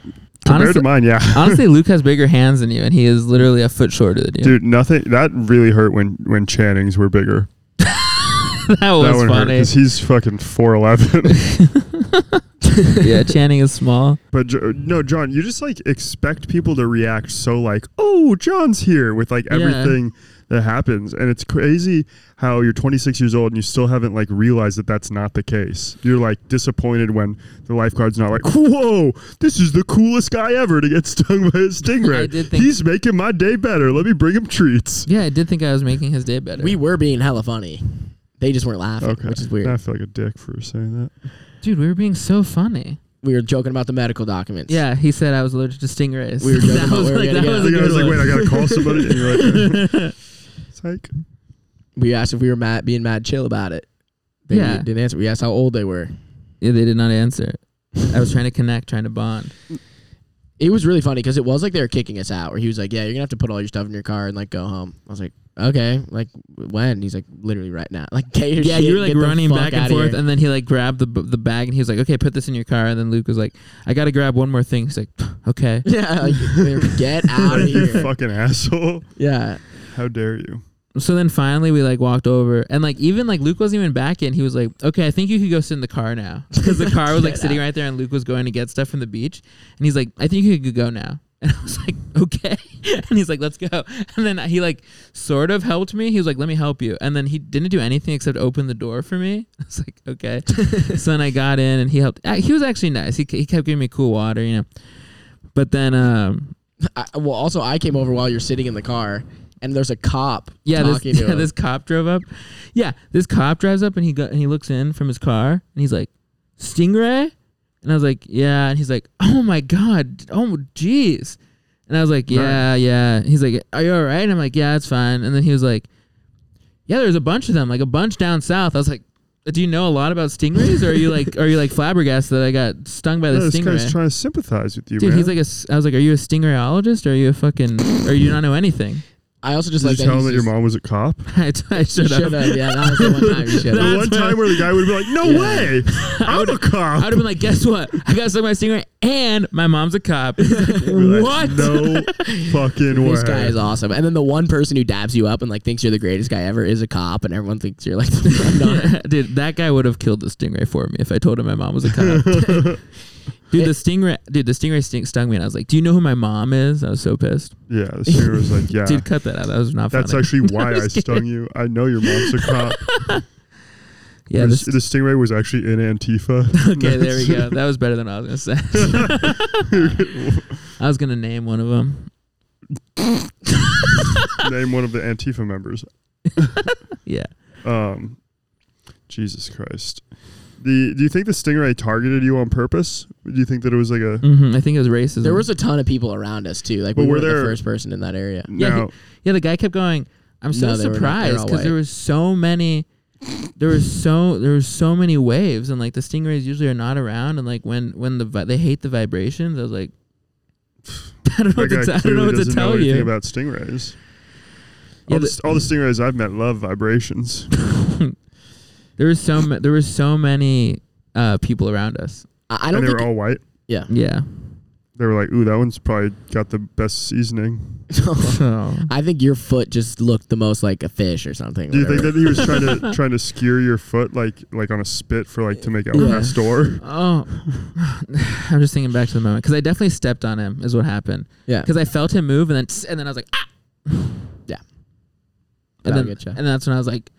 Speaker 3: Compared
Speaker 2: Honestly,
Speaker 3: to mine, yeah.
Speaker 2: honestly, Luke has bigger hands than you, and he is literally a foot shorter than you.
Speaker 3: Dude, nothing that really hurt when when Channing's were bigger.
Speaker 2: [laughs] that
Speaker 3: that
Speaker 2: was
Speaker 3: one hurt
Speaker 2: Oh, funny.
Speaker 3: because he's fucking four
Speaker 2: [laughs]
Speaker 3: eleven.
Speaker 1: [laughs]
Speaker 2: yeah, Channing is small.
Speaker 3: But Jo- no, John, you just like expect people to react so like, oh, John's here with like everything that happens, and it's crazy how you're 26 years old and you still haven't like realized that that's not the case. You're like disappointed when the lifeguard's not like, whoa, this is the coolest guy ever to get [laughs] stung by a stingray.
Speaker 2: I did think-
Speaker 3: He's making my day better. Let me bring him treats.
Speaker 2: Yeah, I did think I was making his day better.
Speaker 1: We were being hella funny. They just weren't laughing,
Speaker 3: Okay,
Speaker 1: which is weird.
Speaker 3: I feel like a dick for saying that.
Speaker 2: Dude, we were being so funny.
Speaker 1: We were joking about the medical documents.
Speaker 2: Yeah, he said I was allergic to stingrays. [laughs]
Speaker 1: We were joking
Speaker 2: that
Speaker 1: about
Speaker 2: was
Speaker 1: where we
Speaker 2: like,
Speaker 1: were
Speaker 2: that
Speaker 1: gonna
Speaker 2: was
Speaker 1: go.
Speaker 2: a
Speaker 3: I
Speaker 2: good
Speaker 3: was like,
Speaker 2: one.
Speaker 3: wait, I gotta call somebody. And you're like,
Speaker 2: [laughs]
Speaker 3: [laughs] psych.
Speaker 1: We asked if we were mad, being mad chill about it. They
Speaker 2: Yeah.
Speaker 1: didn't answer. We asked how old they were.
Speaker 2: Yeah, they did not answer. I was trying to connect, trying to bond.
Speaker 1: It was really funny because it was like they were kicking us out. Where he was like, "Yeah, you're gonna have to put all your stuff in your car and like go home." I was like, "Okay, like when?" He's like, "Literally right now." [laughs] Like, "Get your
Speaker 2: Yeah,
Speaker 1: shit,
Speaker 2: you were like
Speaker 1: get the
Speaker 2: running
Speaker 1: fuck
Speaker 2: back and
Speaker 1: outta
Speaker 2: forth,
Speaker 1: here."
Speaker 2: and then he like grabbed the b- the bag and he was like, "Okay, put this in your car." And then Luke was like, "I gotta grab one more thing." He's like, "Okay."
Speaker 1: yeah, like, they were,
Speaker 3: [laughs]
Speaker 1: get out of
Speaker 3: You
Speaker 1: here.
Speaker 3: fucking asshole.
Speaker 1: [laughs] Yeah,
Speaker 3: How dare you?
Speaker 2: So then finally we like walked over, and like even like Luke wasn't even back in. He was like, "Okay, I think you could go sit in the car now," [laughs] because the car was like sitting right there, and Luke was going to get stuff from the beach, and he's like, "I think you could go now." [laughs] And I was like, "Okay," [laughs] and he's like, "Let's go." And then he like sort of helped me. He was like, "Let me help you," and then he didn't do anything except open the door for me. [laughs] I was like, "Okay." so then I got in, and he helped. Uh, He was actually nice. He he kept giving me cool water, you know. But then um,
Speaker 1: I, well, also I came over while you're sitting in the car, and there's a cop
Speaker 2: Yeah, this,
Speaker 1: talking to
Speaker 2: [laughs] yeah
Speaker 1: him.
Speaker 2: this cop drove up. Yeah, this cop drives up and he go, and he looks in from his car and he's like, "Stingray," and I was like, "Yeah," and he's like, "Oh my god, oh jeez," and I was like, "Yeah, yeah." He's like, "Are you all right?" And I'm like, "Yeah, it's fine." And then he was like, "Yeah, there's a bunch of them, like a bunch down south." I was like. Do you know a lot about stingrays, or are you like, are you like flabbergasted that I got stung by the
Speaker 3: this
Speaker 2: stingray?
Speaker 3: guy's trying to sympathize with you,
Speaker 2: Dude,
Speaker 3: man.
Speaker 2: he's like a. s- I was like, are you a stingrayologist, or are you a fucking, or you not know anything?
Speaker 1: I also just
Speaker 3: Did
Speaker 1: like
Speaker 3: you
Speaker 1: that
Speaker 3: tell him
Speaker 1: he's
Speaker 3: that your
Speaker 1: just-
Speaker 3: mom was
Speaker 2: [laughs]
Speaker 3: a cop?
Speaker 2: I, I should
Speaker 1: Shut up.
Speaker 2: have.
Speaker 1: Yeah, that was the one time you
Speaker 3: [laughs]
Speaker 1: shut
Speaker 3: The
Speaker 1: up.
Speaker 2: That's
Speaker 3: one
Speaker 2: what-
Speaker 3: time where the guy would be like, "No way, I'm
Speaker 2: [laughs]
Speaker 3: a
Speaker 2: I would
Speaker 3: cop."
Speaker 2: have been like, guess what? I got stuck by a stingray, and my mom's a cop. Like,
Speaker 3: Be like,
Speaker 2: what?
Speaker 3: No [laughs] fucking way.
Speaker 1: This guy is awesome. And then the one person who dabs you up and like thinks you're the greatest guy ever is a cop, and everyone thinks you're like. no.
Speaker 2: [laughs] Dude, that guy would have killed the stingray for me if I told him my mom was a [laughs] cop. dude, the stingray, dude, the stingray sting, stung me, and I was like, "Do you know who my mom is?" I was so pissed.
Speaker 3: Yeah, the singer
Speaker 2: [laughs]
Speaker 3: was like, "Yeah,
Speaker 2: Dude, cut that out. That was not
Speaker 3: that's
Speaker 2: funny. [laughs]
Speaker 3: actually why I stung you. I know your mom's a cop."
Speaker 2: yeah,
Speaker 3: It
Speaker 2: this,
Speaker 3: was- the stingray was actually in Antifa.
Speaker 2: [laughs]
Speaker 3: [laughs]
Speaker 2: okay, there we go. That was better than I was gonna say.
Speaker 3: [laughs]
Speaker 2: [laughs] I was gonna name one of them.
Speaker 3: Name one of the Antifa members.
Speaker 2: Yeah.
Speaker 3: Um, Jesus Christ. The, do you think the stingray targeted you on purpose? Do you think that it was like a
Speaker 2: hmm I think it was racism.
Speaker 1: There was a ton of people around us too. Like
Speaker 3: But
Speaker 1: we
Speaker 3: were
Speaker 1: were the
Speaker 3: there-
Speaker 1: first person in that area.
Speaker 2: Yeah, he-
Speaker 3: now?
Speaker 2: yeah. The guy kept going. I'm so
Speaker 1: No, they were not- they were
Speaker 2: surprised
Speaker 1: all
Speaker 2: because there
Speaker 1: white.
Speaker 2: was so many. There was so there was so many waves, and like the stingrays usually are not around, and like when when the vi- they hate the vibrations. I was like, [laughs] I don't know what
Speaker 3: That guy
Speaker 2: to, t- I don't
Speaker 3: clearly
Speaker 2: know what to
Speaker 3: uh, doesn't know
Speaker 2: tell
Speaker 3: anything
Speaker 2: you.
Speaker 3: about stingrays.
Speaker 2: Yeah,
Speaker 3: all, the,
Speaker 2: the-
Speaker 3: all the stingrays I've met love vibrations.
Speaker 2: there was so ma- there were so many uh, people around us.
Speaker 1: I, I don't
Speaker 3: and they were
Speaker 1: think.
Speaker 3: all white. [laughs]
Speaker 1: yeah.
Speaker 2: Yeah.
Speaker 3: They were like, "Ooh, that one's probably got the best seasoning."
Speaker 2: So
Speaker 1: [laughs] I think your foot just looked the most like a fish or something.
Speaker 3: Oh. Do you think
Speaker 1: whatever.
Speaker 3: that he was trying to trying to skewer your foot like like on a spit for like to make El Pastor?
Speaker 2: oh, [sighs] I'm just thinking back to the moment because I definitely stepped on him. Is what happened
Speaker 1: yeah.
Speaker 2: because I felt him move, and then and then I was like, ah.
Speaker 1: Yeah.
Speaker 2: and
Speaker 1: That'll
Speaker 2: then
Speaker 1: get ya.
Speaker 2: and that's when I was like,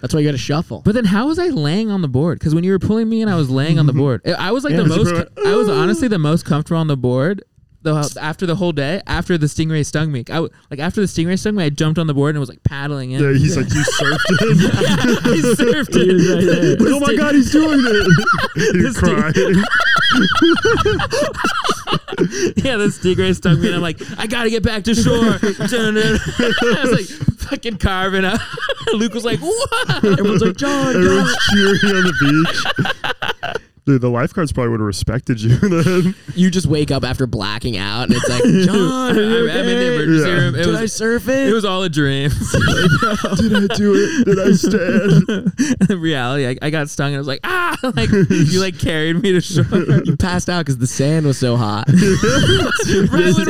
Speaker 1: That's why you got to shuffle.
Speaker 2: But then how was I laying on the board? Because when you were pulling me in, I was laying on
Speaker 3: [laughs]
Speaker 2: the board. I- I was like
Speaker 3: Yeah,
Speaker 2: the
Speaker 3: you
Speaker 2: most.
Speaker 3: put-
Speaker 2: I
Speaker 3: [laughs]
Speaker 2: was honestly the most comfortable on the board. Though after the whole day, after the stingray stung me, I w- like after the stingray stung me, I jumped on the board and was like paddling in.
Speaker 3: Yeah,
Speaker 2: [laughs]
Speaker 3: he's like, you surfed him.
Speaker 2: I surfed
Speaker 3: [laughs]
Speaker 2: it.
Speaker 3: oh my god, he's doing it. He's
Speaker 2: This dude-
Speaker 3: crying.
Speaker 2: [laughs]
Speaker 3: [laughs]
Speaker 2: yeah, the stingray stung me, and I'm like, I gotta get back to
Speaker 3: [laughs]
Speaker 2: shore. [laughs] Dun, dun. I was like fucking carving up. [laughs] Luke was like, what? Everyone's like, [laughs] John,
Speaker 3: Everyone's cheering on the beach. [laughs] Dude, the lifeguards probably would have respected you [laughs] then.
Speaker 1: you just wake up after blacking out, and
Speaker 3: [laughs]
Speaker 1: it's like, John,
Speaker 2: John. I'm, I'm in the emergency
Speaker 3: Yeah.
Speaker 2: room. It
Speaker 1: did I
Speaker 2: was,
Speaker 1: surf it?
Speaker 2: it was all a dream.
Speaker 3: Did I do it? Did I stand? [laughs]
Speaker 2: in reality, I, I got stung and I was like, ah, [laughs] like you like carried me to shore. [laughs] right
Speaker 1: you passed out because the sand was so hot.
Speaker 2: when [laughs]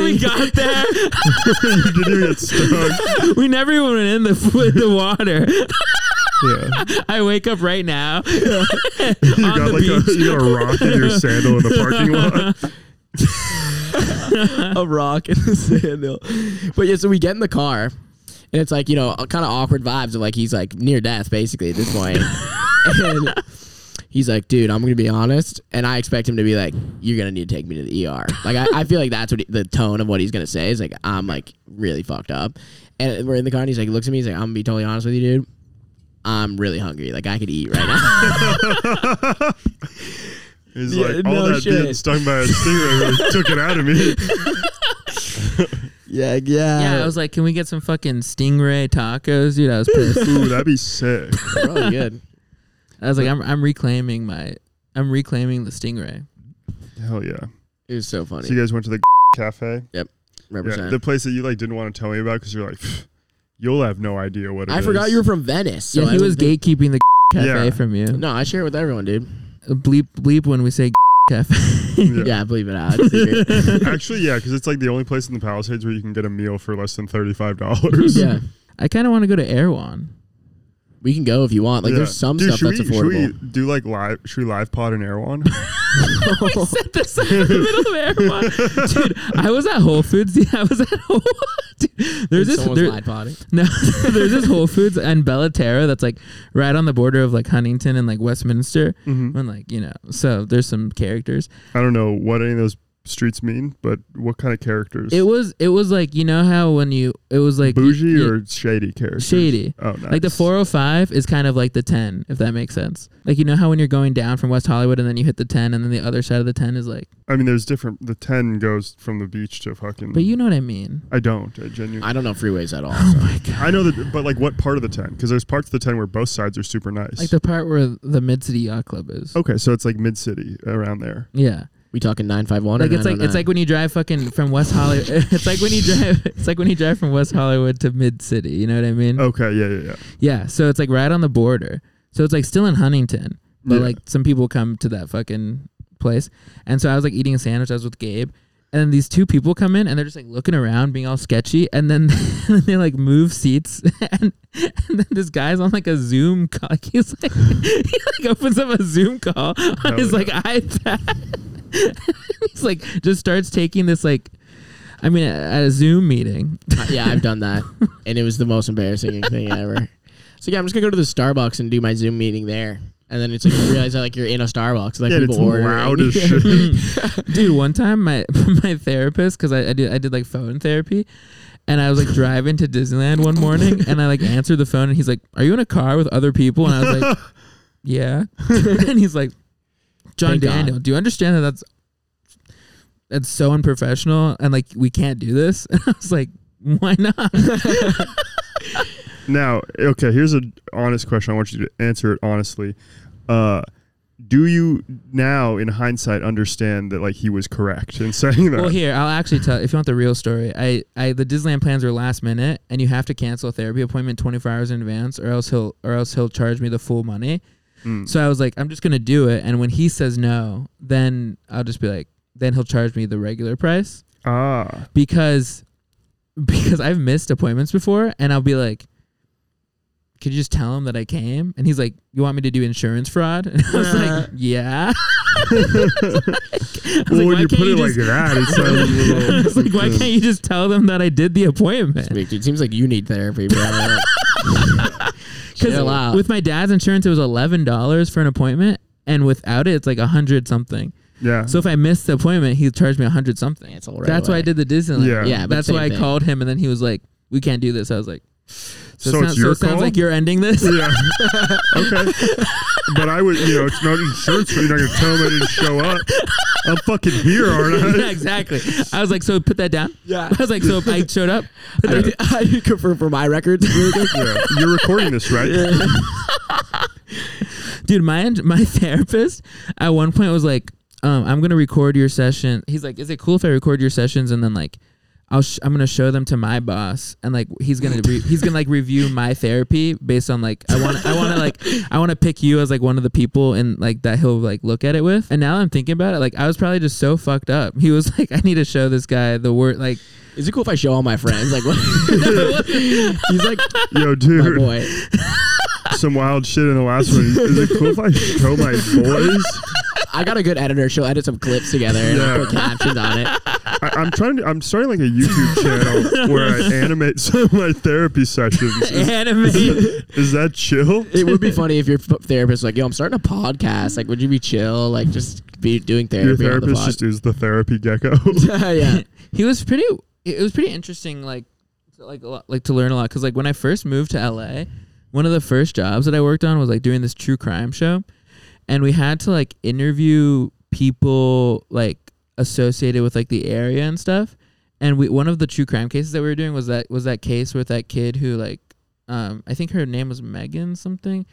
Speaker 2: we got there,
Speaker 3: You didn't even get stung.
Speaker 2: [laughs] we never even went in the [laughs] in the water.
Speaker 3: Yeah.
Speaker 2: [laughs] I wake up right now [laughs] on
Speaker 3: You got
Speaker 2: the
Speaker 3: like a,
Speaker 2: beach.
Speaker 3: you got a rock in your sandal in the parking lot.
Speaker 1: [laughs] a rock in the sand hill. But yeah, so we get in the car, and it's like you know, kind of awkward vibes of like he's like near death basically at this point. [laughs] and he's like, "Dude, I'm gonna be honest," and I expect him to be like, "You're gonna need to take me to the ER." Like I, I feel like that's what he- the tone of what he's gonna say is like, "I'm like really fucked up," and we're in the car, and he's like, looks at me, he's like, "I'm gonna be totally honest with you, dude." I'm really hungry. Like I could eat right now.
Speaker 3: He's
Speaker 1: Yeah,
Speaker 3: like, all
Speaker 1: no
Speaker 3: that
Speaker 1: shit.
Speaker 3: being stung by a stingray really took it out of me.
Speaker 1: [laughs] yeah, yeah.
Speaker 2: Yeah, I was like, can we get some fucking stingray tacos, dude? I was pissed. [laughs]
Speaker 3: Ooh, that'd be sick.
Speaker 1: really good.
Speaker 2: I was like, I'm, I'm reclaiming my, I'm reclaiming the stingray.
Speaker 3: Hell yeah.
Speaker 1: It was so funny.
Speaker 3: So you guys went to the [laughs] cafe?
Speaker 1: Represent.
Speaker 3: Yeah, the place that you like didn't want to tell me about because you're like, you'll have no idea what it is.
Speaker 1: I forgot you [laughs] were from Venice. So
Speaker 2: yeah,
Speaker 1: I
Speaker 2: he was
Speaker 1: didn't think-
Speaker 2: gatekeeping the [laughs] cafe
Speaker 3: Yeah.
Speaker 2: from you. Uh,
Speaker 1: No, I share it with everyone, dude.
Speaker 2: Bleep bleep when we say [laughs] cafe.
Speaker 1: Yeah,
Speaker 3: Yeah.
Speaker 1: believe it out. It's secret.
Speaker 3: [laughs] Actually, yeah, because it's like the only place in the Palisades where you can get a meal for less than thirty-five dollars.
Speaker 1: yeah,
Speaker 2: [laughs] I kind of want to go to Erewhon.
Speaker 1: we can go if you want. Like, there's some
Speaker 3: Dude,
Speaker 1: stuff
Speaker 3: should
Speaker 1: that's
Speaker 3: we,
Speaker 1: affordable.
Speaker 3: Should we do like live? Should we live pod in Erewhon?
Speaker 2: [laughs] we set this up in the middle of Erewhon. Dude, I was at Whole Foods. [laughs] Yeah, I was at Whole Dude, There's this
Speaker 1: Someone's
Speaker 2: there,
Speaker 1: lied potty.
Speaker 2: [laughs] no, there's this Whole Foods and Bellaterra that's like right on the border of like Huntington and like Westminster.
Speaker 3: Mm-hmm.
Speaker 2: And like, you know, so there's some characters.
Speaker 3: I don't know what any of those streets mean, but what kind of characters?
Speaker 2: It was it was like, you know how when you it was like you-
Speaker 3: Bougie
Speaker 2: you-
Speaker 3: or shady characters?
Speaker 2: shady.
Speaker 3: Oh, nice.
Speaker 2: Like the 405 is kind of like the 10, if that makes sense. Like you know how when you're going down from West Hollywood and then you hit the 10 and then the other side of the 10 is like,
Speaker 3: I mean, there's different. The ten goes from the beach to fucking.
Speaker 2: but you know what I mean.
Speaker 3: I don't. I genuinely.
Speaker 1: I don't know freeways at all.
Speaker 2: Oh
Speaker 1: so.
Speaker 3: I know that, but like, what part of the ten? Because there's parts of the ten where both sides are super nice.
Speaker 2: Like the part where the Mid City Yacht Club is.
Speaker 3: okay, so it's like mid city around there.
Speaker 2: Yeah.
Speaker 1: We talking nine oh five one?
Speaker 2: Like it's like it's like when you drive fucking from West Hollywood. [laughs] it's like when you drive. It's like when you drive from West Hollywood to Mid City. You know what I mean?
Speaker 3: Okay, yeah, yeah, yeah.
Speaker 2: Yeah. So it's like right on the border. So it's like still in Huntington, but
Speaker 3: Yeah.
Speaker 2: like some people come to that fucking place. And so I was like eating a sandwich. I was with Gabe. And then these two people come in and they're just like looking around, being all sketchy. And then, [laughs] and then they like move seats. [laughs] And, and then this guy's on like a Zoom call. [laughs] Like, he's like, he like opens up a Zoom
Speaker 3: [laughs]
Speaker 2: call on his
Speaker 3: yeah.
Speaker 2: like iPad. [laughs] he's like, just starts taking this like, I mean, at a Zoom meeting.
Speaker 1: yeah, I've done
Speaker 2: [laughs]
Speaker 1: that, and it was the most embarrassing thing ever. So yeah, I'm just gonna go to the Starbucks and do my Zoom meeting there, and then it's like you realize that like you're in a Starbucks, like
Speaker 3: yeah,
Speaker 1: people
Speaker 3: it's
Speaker 1: ordering. [laughs]
Speaker 3: loud
Speaker 2: [laughs]
Speaker 3: as shit.
Speaker 2: Dude, one time my [laughs] my therapist, because I, I did I did like phone therapy, and I was like driving to Disneyland one morning, and I like answered the phone, and he's like, "Are you in a car with other people?" And I
Speaker 1: [laughs]
Speaker 2: was like, "Yeah," [laughs] and he's like, "John
Speaker 1: Thank God.
Speaker 2: Daniel, do you understand that that's that's so unprofessional, and like we can't do this?" [laughs] And I was like, "Why not?"
Speaker 3: Now, okay, here's an honest question. I want you to answer it honestly. Uh, do you now, in hindsight, understand that like he was correct in [laughs] saying that?
Speaker 2: Well, here I'll actually tell. If you want the real story, I, I the Disneyland plans were last minute, and you have to cancel a therapy appointment 24 hours in advance, or else he'll or else he'll charge me the full money. So I was like, I'm just gonna do it, and when he says no, then I'll just be like, then he'll charge me the regular price [laughs]
Speaker 3: ah,
Speaker 2: because because I've missed appointments before, and I'll be like. Could you just tell him that I came? And he's like, "You want me to do insurance fraud?" [laughs] And I was like, "Yeah." [laughs] I was
Speaker 3: well,
Speaker 2: like,
Speaker 3: when
Speaker 2: "Why
Speaker 3: you
Speaker 2: can't
Speaker 3: put it
Speaker 2: just-
Speaker 3: like
Speaker 2: [laughs]
Speaker 3: that, it sounds a
Speaker 2: I
Speaker 3: little.
Speaker 2: was like, why can't you just tell them that I did the appointment?
Speaker 3: [laughs]
Speaker 1: Dude, it seems like you need therapy. Bro.
Speaker 2: 'Cause
Speaker 1: Wow.
Speaker 2: With my dad's insurance, it was eleven dollars for an appointment, and without it, it's like a hundred something.
Speaker 3: Yeah.
Speaker 2: So if I missed the appointment, he charged me a hundred something.
Speaker 1: Cancel right
Speaker 2: That's why
Speaker 1: away.
Speaker 2: I did the Disneyland.
Speaker 3: Yeah.
Speaker 1: Yeah, but
Speaker 2: that's
Speaker 1: same
Speaker 2: why I
Speaker 1: thing.
Speaker 2: called him, and then he was like, "We can't do this." I was like, "So, it's
Speaker 3: So it's
Speaker 2: not, so
Speaker 3: your
Speaker 2: it sounds
Speaker 3: call?
Speaker 2: like you're ending
Speaker 3: [laughs]
Speaker 2: this." [laughs]
Speaker 3: yeah. okay. But I would, you know, it's not insurance, but you're not going to tell them I didn't show up. I'm fucking here, aren't
Speaker 2: Yeah,
Speaker 3: I?
Speaker 2: exactly. I was like, "So put that down."
Speaker 1: Yeah.
Speaker 2: [laughs] I was like, "So if I showed
Speaker 3: [laughs]
Speaker 2: up." put that
Speaker 1: I, [laughs] I confirm for my records. really
Speaker 2: [laughs]
Speaker 1: quick.
Speaker 3: Yeah. You're recording this, right?
Speaker 2: dude my my [laughs] therapist at one point was like um, i'm gonna record your session he's like is it cool if i record your sessions and then like I'll sh- I'm gonna show them to my boss, and like he's gonna re- he's gonna like review my therapy based on like I want I want to like I want to pick you as like one of the people and like that he'll like look at it with. And now I'm thinking about it, like I was probably just so fucked up. He was like, I need to show this guy the word like [laughs]
Speaker 1: Is it cool if I show all my friends? Like, what? [laughs] he's like,
Speaker 3: Yo,
Speaker 1: my
Speaker 3: dude,
Speaker 1: boy.
Speaker 3: some wild shit in the last one. Is it cool if I show my boys?
Speaker 1: I got a good editor. She'll edit some clips together and I'll
Speaker 3: Yeah.
Speaker 1: put captions on it.
Speaker 3: I, I'm trying to, I'm starting like a YouTube channel where I animate some of my therapy sessions. Is,
Speaker 2: anime.
Speaker 3: is that chill?
Speaker 1: It would be funny if your f- therapist was like, yo, I'm starting a podcast. Like, would you be chill? Like, just be doing
Speaker 3: Your
Speaker 1: therapy on the
Speaker 3: therapist
Speaker 1: pod.
Speaker 3: just is the therapy gecko.
Speaker 1: [laughs]
Speaker 2: [laughs]
Speaker 1: yeah.
Speaker 2: he was pretty it was pretty interesting like to- like a lot, like to learn a lot because like when i first moved to la one of the first jobs that i worked on was like doing this true crime show and we had to like interview people like associated with like the area and stuff and we one of the true crime cases that we were doing was that was that case with that kid who like um i think her name was megan something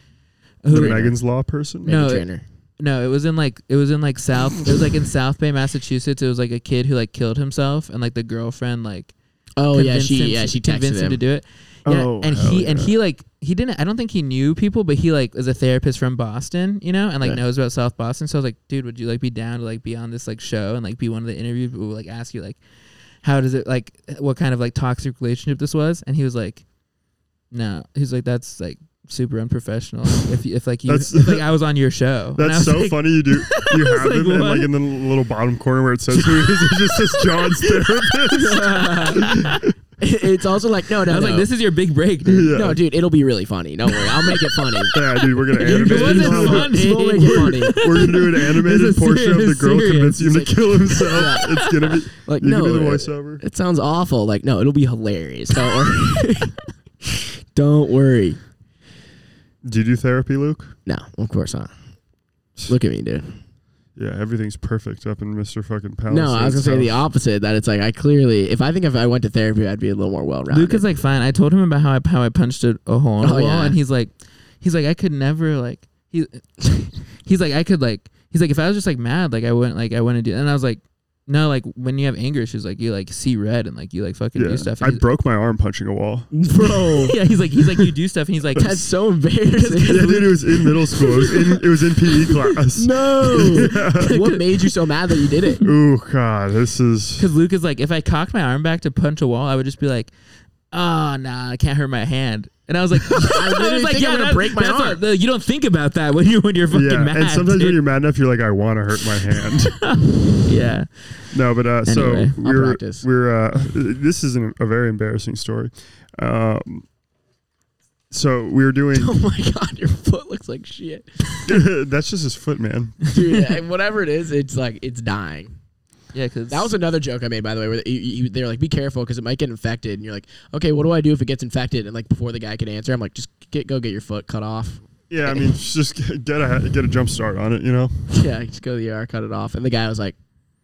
Speaker 3: the
Speaker 2: Who-
Speaker 3: Megan's Law person.
Speaker 1: Maybe
Speaker 2: No, it-
Speaker 1: trainer.
Speaker 2: no, it was in like it was in like South. it was like in South Bay, Massachusetts. It was like a kid who like killed himself, and like the girlfriend like
Speaker 1: Oh, yeah.
Speaker 2: convinced
Speaker 1: She,
Speaker 2: him-
Speaker 1: yeah, she texted
Speaker 2: convinced him.
Speaker 1: him. [laughs]
Speaker 2: to do it. Yeah,
Speaker 3: Oh,
Speaker 2: and
Speaker 3: hell
Speaker 2: he and
Speaker 3: yeah.
Speaker 2: he like he didn't. I don't think he knew people, but he like is a therapist from Boston, you know, and like
Speaker 3: Yeah.
Speaker 2: knows about South Boston. So I was like, dude, would you like be down to like be on this like show and like be one of the interviews? But we'll like ask you like, how does it like what kind of like toxic relationship this was? And he was like, no, he's like that's like super unprofessional. if you- if like you
Speaker 3: [laughs] That's-
Speaker 2: if, like I was on your show, And I
Speaker 3: [laughs] That's
Speaker 2: was
Speaker 3: so
Speaker 2: like,
Speaker 3: funny.
Speaker 2: [laughs]
Speaker 3: You do. You
Speaker 2: was
Speaker 3: have
Speaker 2: like,
Speaker 3: him, and
Speaker 2: "What?"
Speaker 3: like in the little bottom corner where it says who it is, it just says
Speaker 2: [laughs]
Speaker 3: John's therapist.
Speaker 1: it's also like, no, no,
Speaker 2: I was
Speaker 1: no.
Speaker 2: like, this is your big break, dude.
Speaker 3: Yeah.
Speaker 1: No, dude, it'll be really funny. Don't worry. I'll make it
Speaker 2: [laughs]
Speaker 1: funny.
Speaker 3: Yeah, dude, we're gonna animate.
Speaker 2: It wasn't
Speaker 3: We're gonna-
Speaker 2: funny.
Speaker 1: We'll make it funny.
Speaker 3: We're gonna do an
Speaker 2: [laughs]
Speaker 3: animated
Speaker 2: This is
Speaker 3: portion of the
Speaker 2: serious,
Speaker 3: girl
Speaker 2: serious.
Speaker 3: convincing him to
Speaker 1: It's like-
Speaker 3: kill himself. [laughs] It's gonna be
Speaker 1: Like,
Speaker 3: you
Speaker 1: no,
Speaker 3: can do the
Speaker 1: uh,
Speaker 3: voiceover.
Speaker 1: It sounds awful. Like, no, it'll be hilarious. Don't [laughs] worry. Don't worry.
Speaker 3: Do you do therapy, Luke?
Speaker 1: No, of course not. Look at me, dude.
Speaker 3: Yeah, everything's perfect up in Mr. Fucking Palace.
Speaker 1: No, I was gonna say the opposite. That it's like I clearly, if I think if I went to therapy, I'd be a little more well rounded.
Speaker 2: Luke is like fine. I told him about how I how I punched a, a hole in a
Speaker 1: Oh,
Speaker 2: wall,
Speaker 1: yeah.
Speaker 2: and he's like, he's like I could never like he, [laughs] he's like I could like he's like if I was just like mad like I wouldn't like I wouldn't do and I was like no like when you have anger issues like you like see red and like you like fucking do
Speaker 3: Yeah.
Speaker 2: stuff.
Speaker 3: I
Speaker 2: And he's-
Speaker 3: broke my arm punching a wall.
Speaker 1: [laughs] bro,
Speaker 2: [laughs] yeah, he's like he's like you do stuff and he's
Speaker 3: [laughs]
Speaker 2: like
Speaker 1: that's so embarrassing.
Speaker 3: Yeah, dude, it was in middle school. It was in, it was in
Speaker 2: [laughs]
Speaker 3: PE
Speaker 1: [laughs]
Speaker 3: class.
Speaker 1: no, what made you so mad that you did [laughs] it?
Speaker 3: Ooh, God, this is.
Speaker 2: because Luke is like if I cocked my arm back to punch a wall I would just be like oh nah I can't hurt my hand. And
Speaker 1: [laughs]
Speaker 2: I was like, I,
Speaker 1: literally
Speaker 2: was like,
Speaker 1: think I'm
Speaker 2: yeah,
Speaker 1: gonna
Speaker 2: that-
Speaker 1: break my
Speaker 2: that's
Speaker 1: arm.
Speaker 2: what- the- you don't think about that when you when you're fucking
Speaker 3: Yeah,
Speaker 2: mad.
Speaker 3: and sometimes
Speaker 2: dude.
Speaker 3: when you're mad enough, you're like, I want to hurt
Speaker 2: [laughs]
Speaker 3: my hand.
Speaker 2: yeah,
Speaker 3: No, but uh,
Speaker 2: Anyway,
Speaker 3: so
Speaker 1: I'll
Speaker 3: we're
Speaker 1: practice.
Speaker 3: we're uh, this is an, a very embarrassing story. Um, so we were doing
Speaker 1: [laughs]
Speaker 3: [laughs]
Speaker 1: Oh my god, your foot looks like shit,
Speaker 3: that's just his foot, man.
Speaker 1: dude. eh, whatever it is, it's like it's dying.
Speaker 2: yeah, because
Speaker 1: That was another joke I made, by the way. Where you, you, they're like, "Be careful, because it might get infected." And you're like, "Okay, what do I do if it gets infected?" And like before the guy could answer, I'm like, "Just get go get your foot cut off." [laughs]
Speaker 3: Yeah, I mean, [laughs] just get a get a jump start on it, you know.
Speaker 1: Yeah, just go to the ER, cut it off. And the guy was like,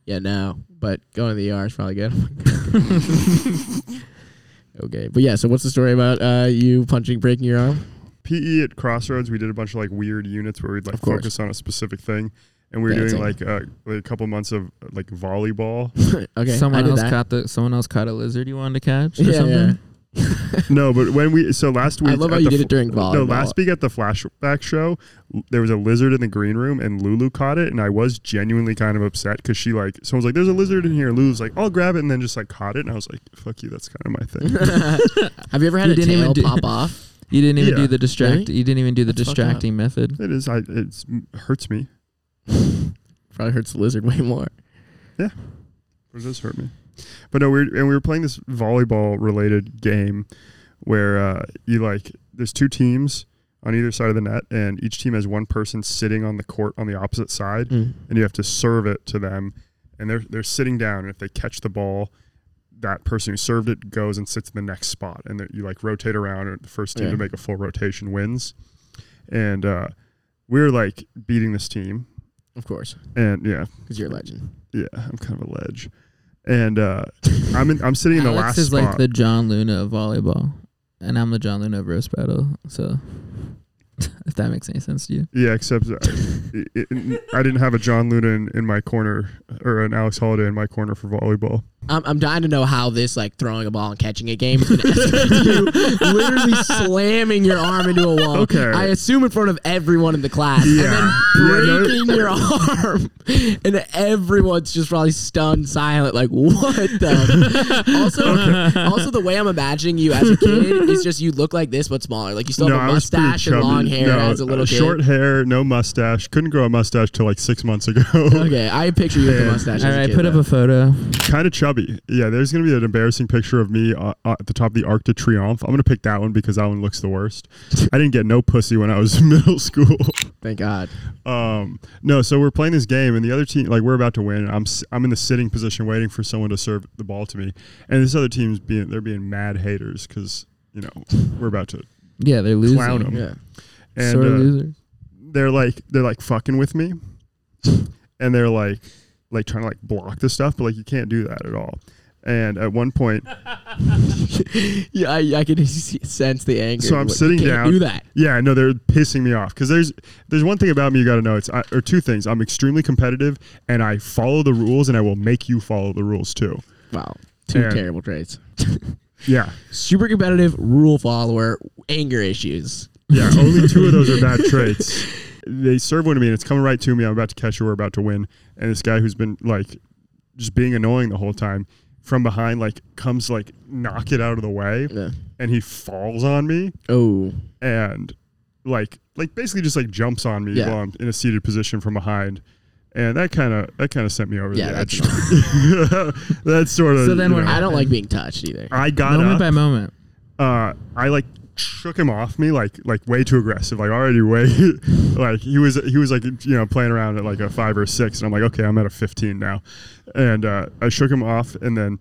Speaker 1: Yeah, no, but going to the ER is probably good. [laughs] I'm like, okay. But yeah, so what's the story about uh, you punching, breaking your arm?
Speaker 3: PE E at Crossroads, we did a bunch of like weird units where we'd like
Speaker 1: Of course.
Speaker 3: focus on a specific thing, and we were
Speaker 1: Dancing.
Speaker 3: doing like, uh, like a couple months of
Speaker 1: [laughs]
Speaker 3: like volleyball.
Speaker 1: okay. I
Speaker 2: someone
Speaker 1: did
Speaker 2: else
Speaker 1: that.
Speaker 2: caught the someone else caught a lizard you wanted to catch or
Speaker 1: Yeah, yeah.
Speaker 2: something.
Speaker 3: no, but when we so last week
Speaker 1: I love
Speaker 3: at
Speaker 1: how you
Speaker 3: the
Speaker 1: did
Speaker 3: fl-
Speaker 1: it during volleyball.
Speaker 3: No, last week at the flashback show, l- there was a lizard in the green room, and Lulu caught it, and I was genuinely kind of upset because she like someone's like, "There's a lizard in here." And Lulu's like, "I'll grab it," and then just like caught it, and I was like, "Fuck you, that's kind of my thing."
Speaker 1: [laughs] Have you ever had
Speaker 2: You
Speaker 1: a
Speaker 2: didn't
Speaker 1: tail
Speaker 2: even do- [laughs]
Speaker 1: pop off?
Speaker 2: You didn't even
Speaker 3: Yeah.
Speaker 2: do the distract.
Speaker 1: Really?
Speaker 2: You didn't even do the
Speaker 1: That's fucked
Speaker 2: distracting method.
Speaker 3: it is, I it's, it hurts me.
Speaker 1: Probably hurts the lizard way more.
Speaker 3: It does hurt me. But no, we were, and we were playing this volleyball related game where uh, you like there's two teams. on either side of the net, and each team has one person sitting on the court on the opposite side, and you have to serve it to them. And they're they're sitting down, and if they catch the ball, that person who served it goes and sits in the next spot, and that you like rotate around, and the first team
Speaker 1: Yeah.
Speaker 3: to make a full rotation wins. And uh, we were like beating this team,
Speaker 1: Of course,
Speaker 3: and yeah,
Speaker 1: because you're a legend.
Speaker 3: yeah, I'm kind of a ledge, and uh, I'm in, I'm sitting in the
Speaker 2: Alex
Speaker 3: last
Speaker 2: is
Speaker 3: spot.
Speaker 2: like the John Luna of volleyball, and I'm the John Luna of roast battle. So, [laughs] if that makes any sense to you,
Speaker 3: Yeah, except uh, it, it, I didn't have a John Luna in, in my corner or an Alex Holiday in my corner for volleyball.
Speaker 1: I'm, I'm dying to know how this like throwing a ball and catching a game is
Speaker 3: [laughs]
Speaker 1: going to you literally slamming your arm into a wall.
Speaker 3: Okay.
Speaker 1: I assume in front of everyone in the class,
Speaker 3: Yeah.
Speaker 1: and
Speaker 3: Yeah, no-
Speaker 1: then breaking your [laughs] arm, and everyone's just probably stunned, silent, like what
Speaker 3: [laughs]
Speaker 1: the. also, also the way I'm imagining you as a kid is just you look like this but smaller. Like you still
Speaker 3: no,
Speaker 1: have
Speaker 3: I
Speaker 1: a
Speaker 3: was pretty
Speaker 1: mustache and
Speaker 3: chubby.
Speaker 1: long hair
Speaker 3: no,
Speaker 1: as a little
Speaker 3: uh,
Speaker 1: kid.
Speaker 3: Short hair, no mustache. Couldn't grow a mustache till like six months ago. [laughs]
Speaker 1: Okay, I picture you with a
Speaker 3: Yeah.
Speaker 1: mustache.
Speaker 2: all
Speaker 1: as a
Speaker 2: right,
Speaker 1: kid,
Speaker 2: put up
Speaker 1: though.
Speaker 2: a photo.
Speaker 3: kind of chubby. Yeah, there's gonna be an embarrassing picture of me uh, uh, at the top of the Arc de Triomphe. I'm gonna pick that one because that one looks the worst. I didn't get no pussy when I was [laughs] in middle school.
Speaker 1: Thank God.
Speaker 3: Um, no, so we're playing this game, and the other team, like we're about to win. And I'm s- I'm in the sitting position, waiting for someone to serve the ball to me, and this other team's being they're being mad haters because you know we're about to
Speaker 2: Yeah, they're losing.
Speaker 3: Clown 'em.
Speaker 1: Yeah.
Speaker 3: and
Speaker 2: sort of
Speaker 3: uh,
Speaker 2: losers.
Speaker 3: they're like they're like fucking with me, and they're like like trying to like block the stuff, but like you can't do that at all. And at one point,
Speaker 1: [laughs] Yeah, I, I can [laughs] see, sense the anger.
Speaker 3: So I'm
Speaker 1: What- you
Speaker 3: sitting
Speaker 1: can't
Speaker 3: down.
Speaker 1: Do that.
Speaker 3: Yeah, no, they're pissing me off because there's there's one thing about me you got to know. It's I, or two things. I'm extremely competitive, and I follow the rules, and I will make you follow the rules too.
Speaker 1: Wow. Two
Speaker 3: Yeah.
Speaker 1: terrible traits.
Speaker 3: Yeah,
Speaker 1: Super competitive, rule follower, anger issues. [laughs]
Speaker 3: yeah. only two of those are bad traits. They serve one to me, and it's coming right to me. I'm about to catch it. We're about to win, and this guy who's been like just being annoying the whole time from behind, like comes like knock it out of the way,
Speaker 1: Yeah.
Speaker 3: and he falls on me.
Speaker 1: Oh.
Speaker 3: and like like basically just like jumps on me
Speaker 1: Yeah.
Speaker 3: while I'm in a seated position from behind. And that kind of that kind of sent me over
Speaker 1: Yeah,
Speaker 3: the
Speaker 1: that's
Speaker 3: edge. [laughs] that's sort of.
Speaker 2: So then
Speaker 3: you
Speaker 2: we're
Speaker 3: know,
Speaker 1: I don't
Speaker 2: happened?
Speaker 1: like being touched
Speaker 3: [laughs]
Speaker 1: either.
Speaker 3: I got
Speaker 2: Moment
Speaker 3: up.
Speaker 2: by moment.
Speaker 3: uh, I like shook him off me like like way too aggressive. Like already way [laughs] like he was he was like you know playing around at like a five or a six, and I'm like okay, I'm at a fifteen now, and uh, I shook him off, and then.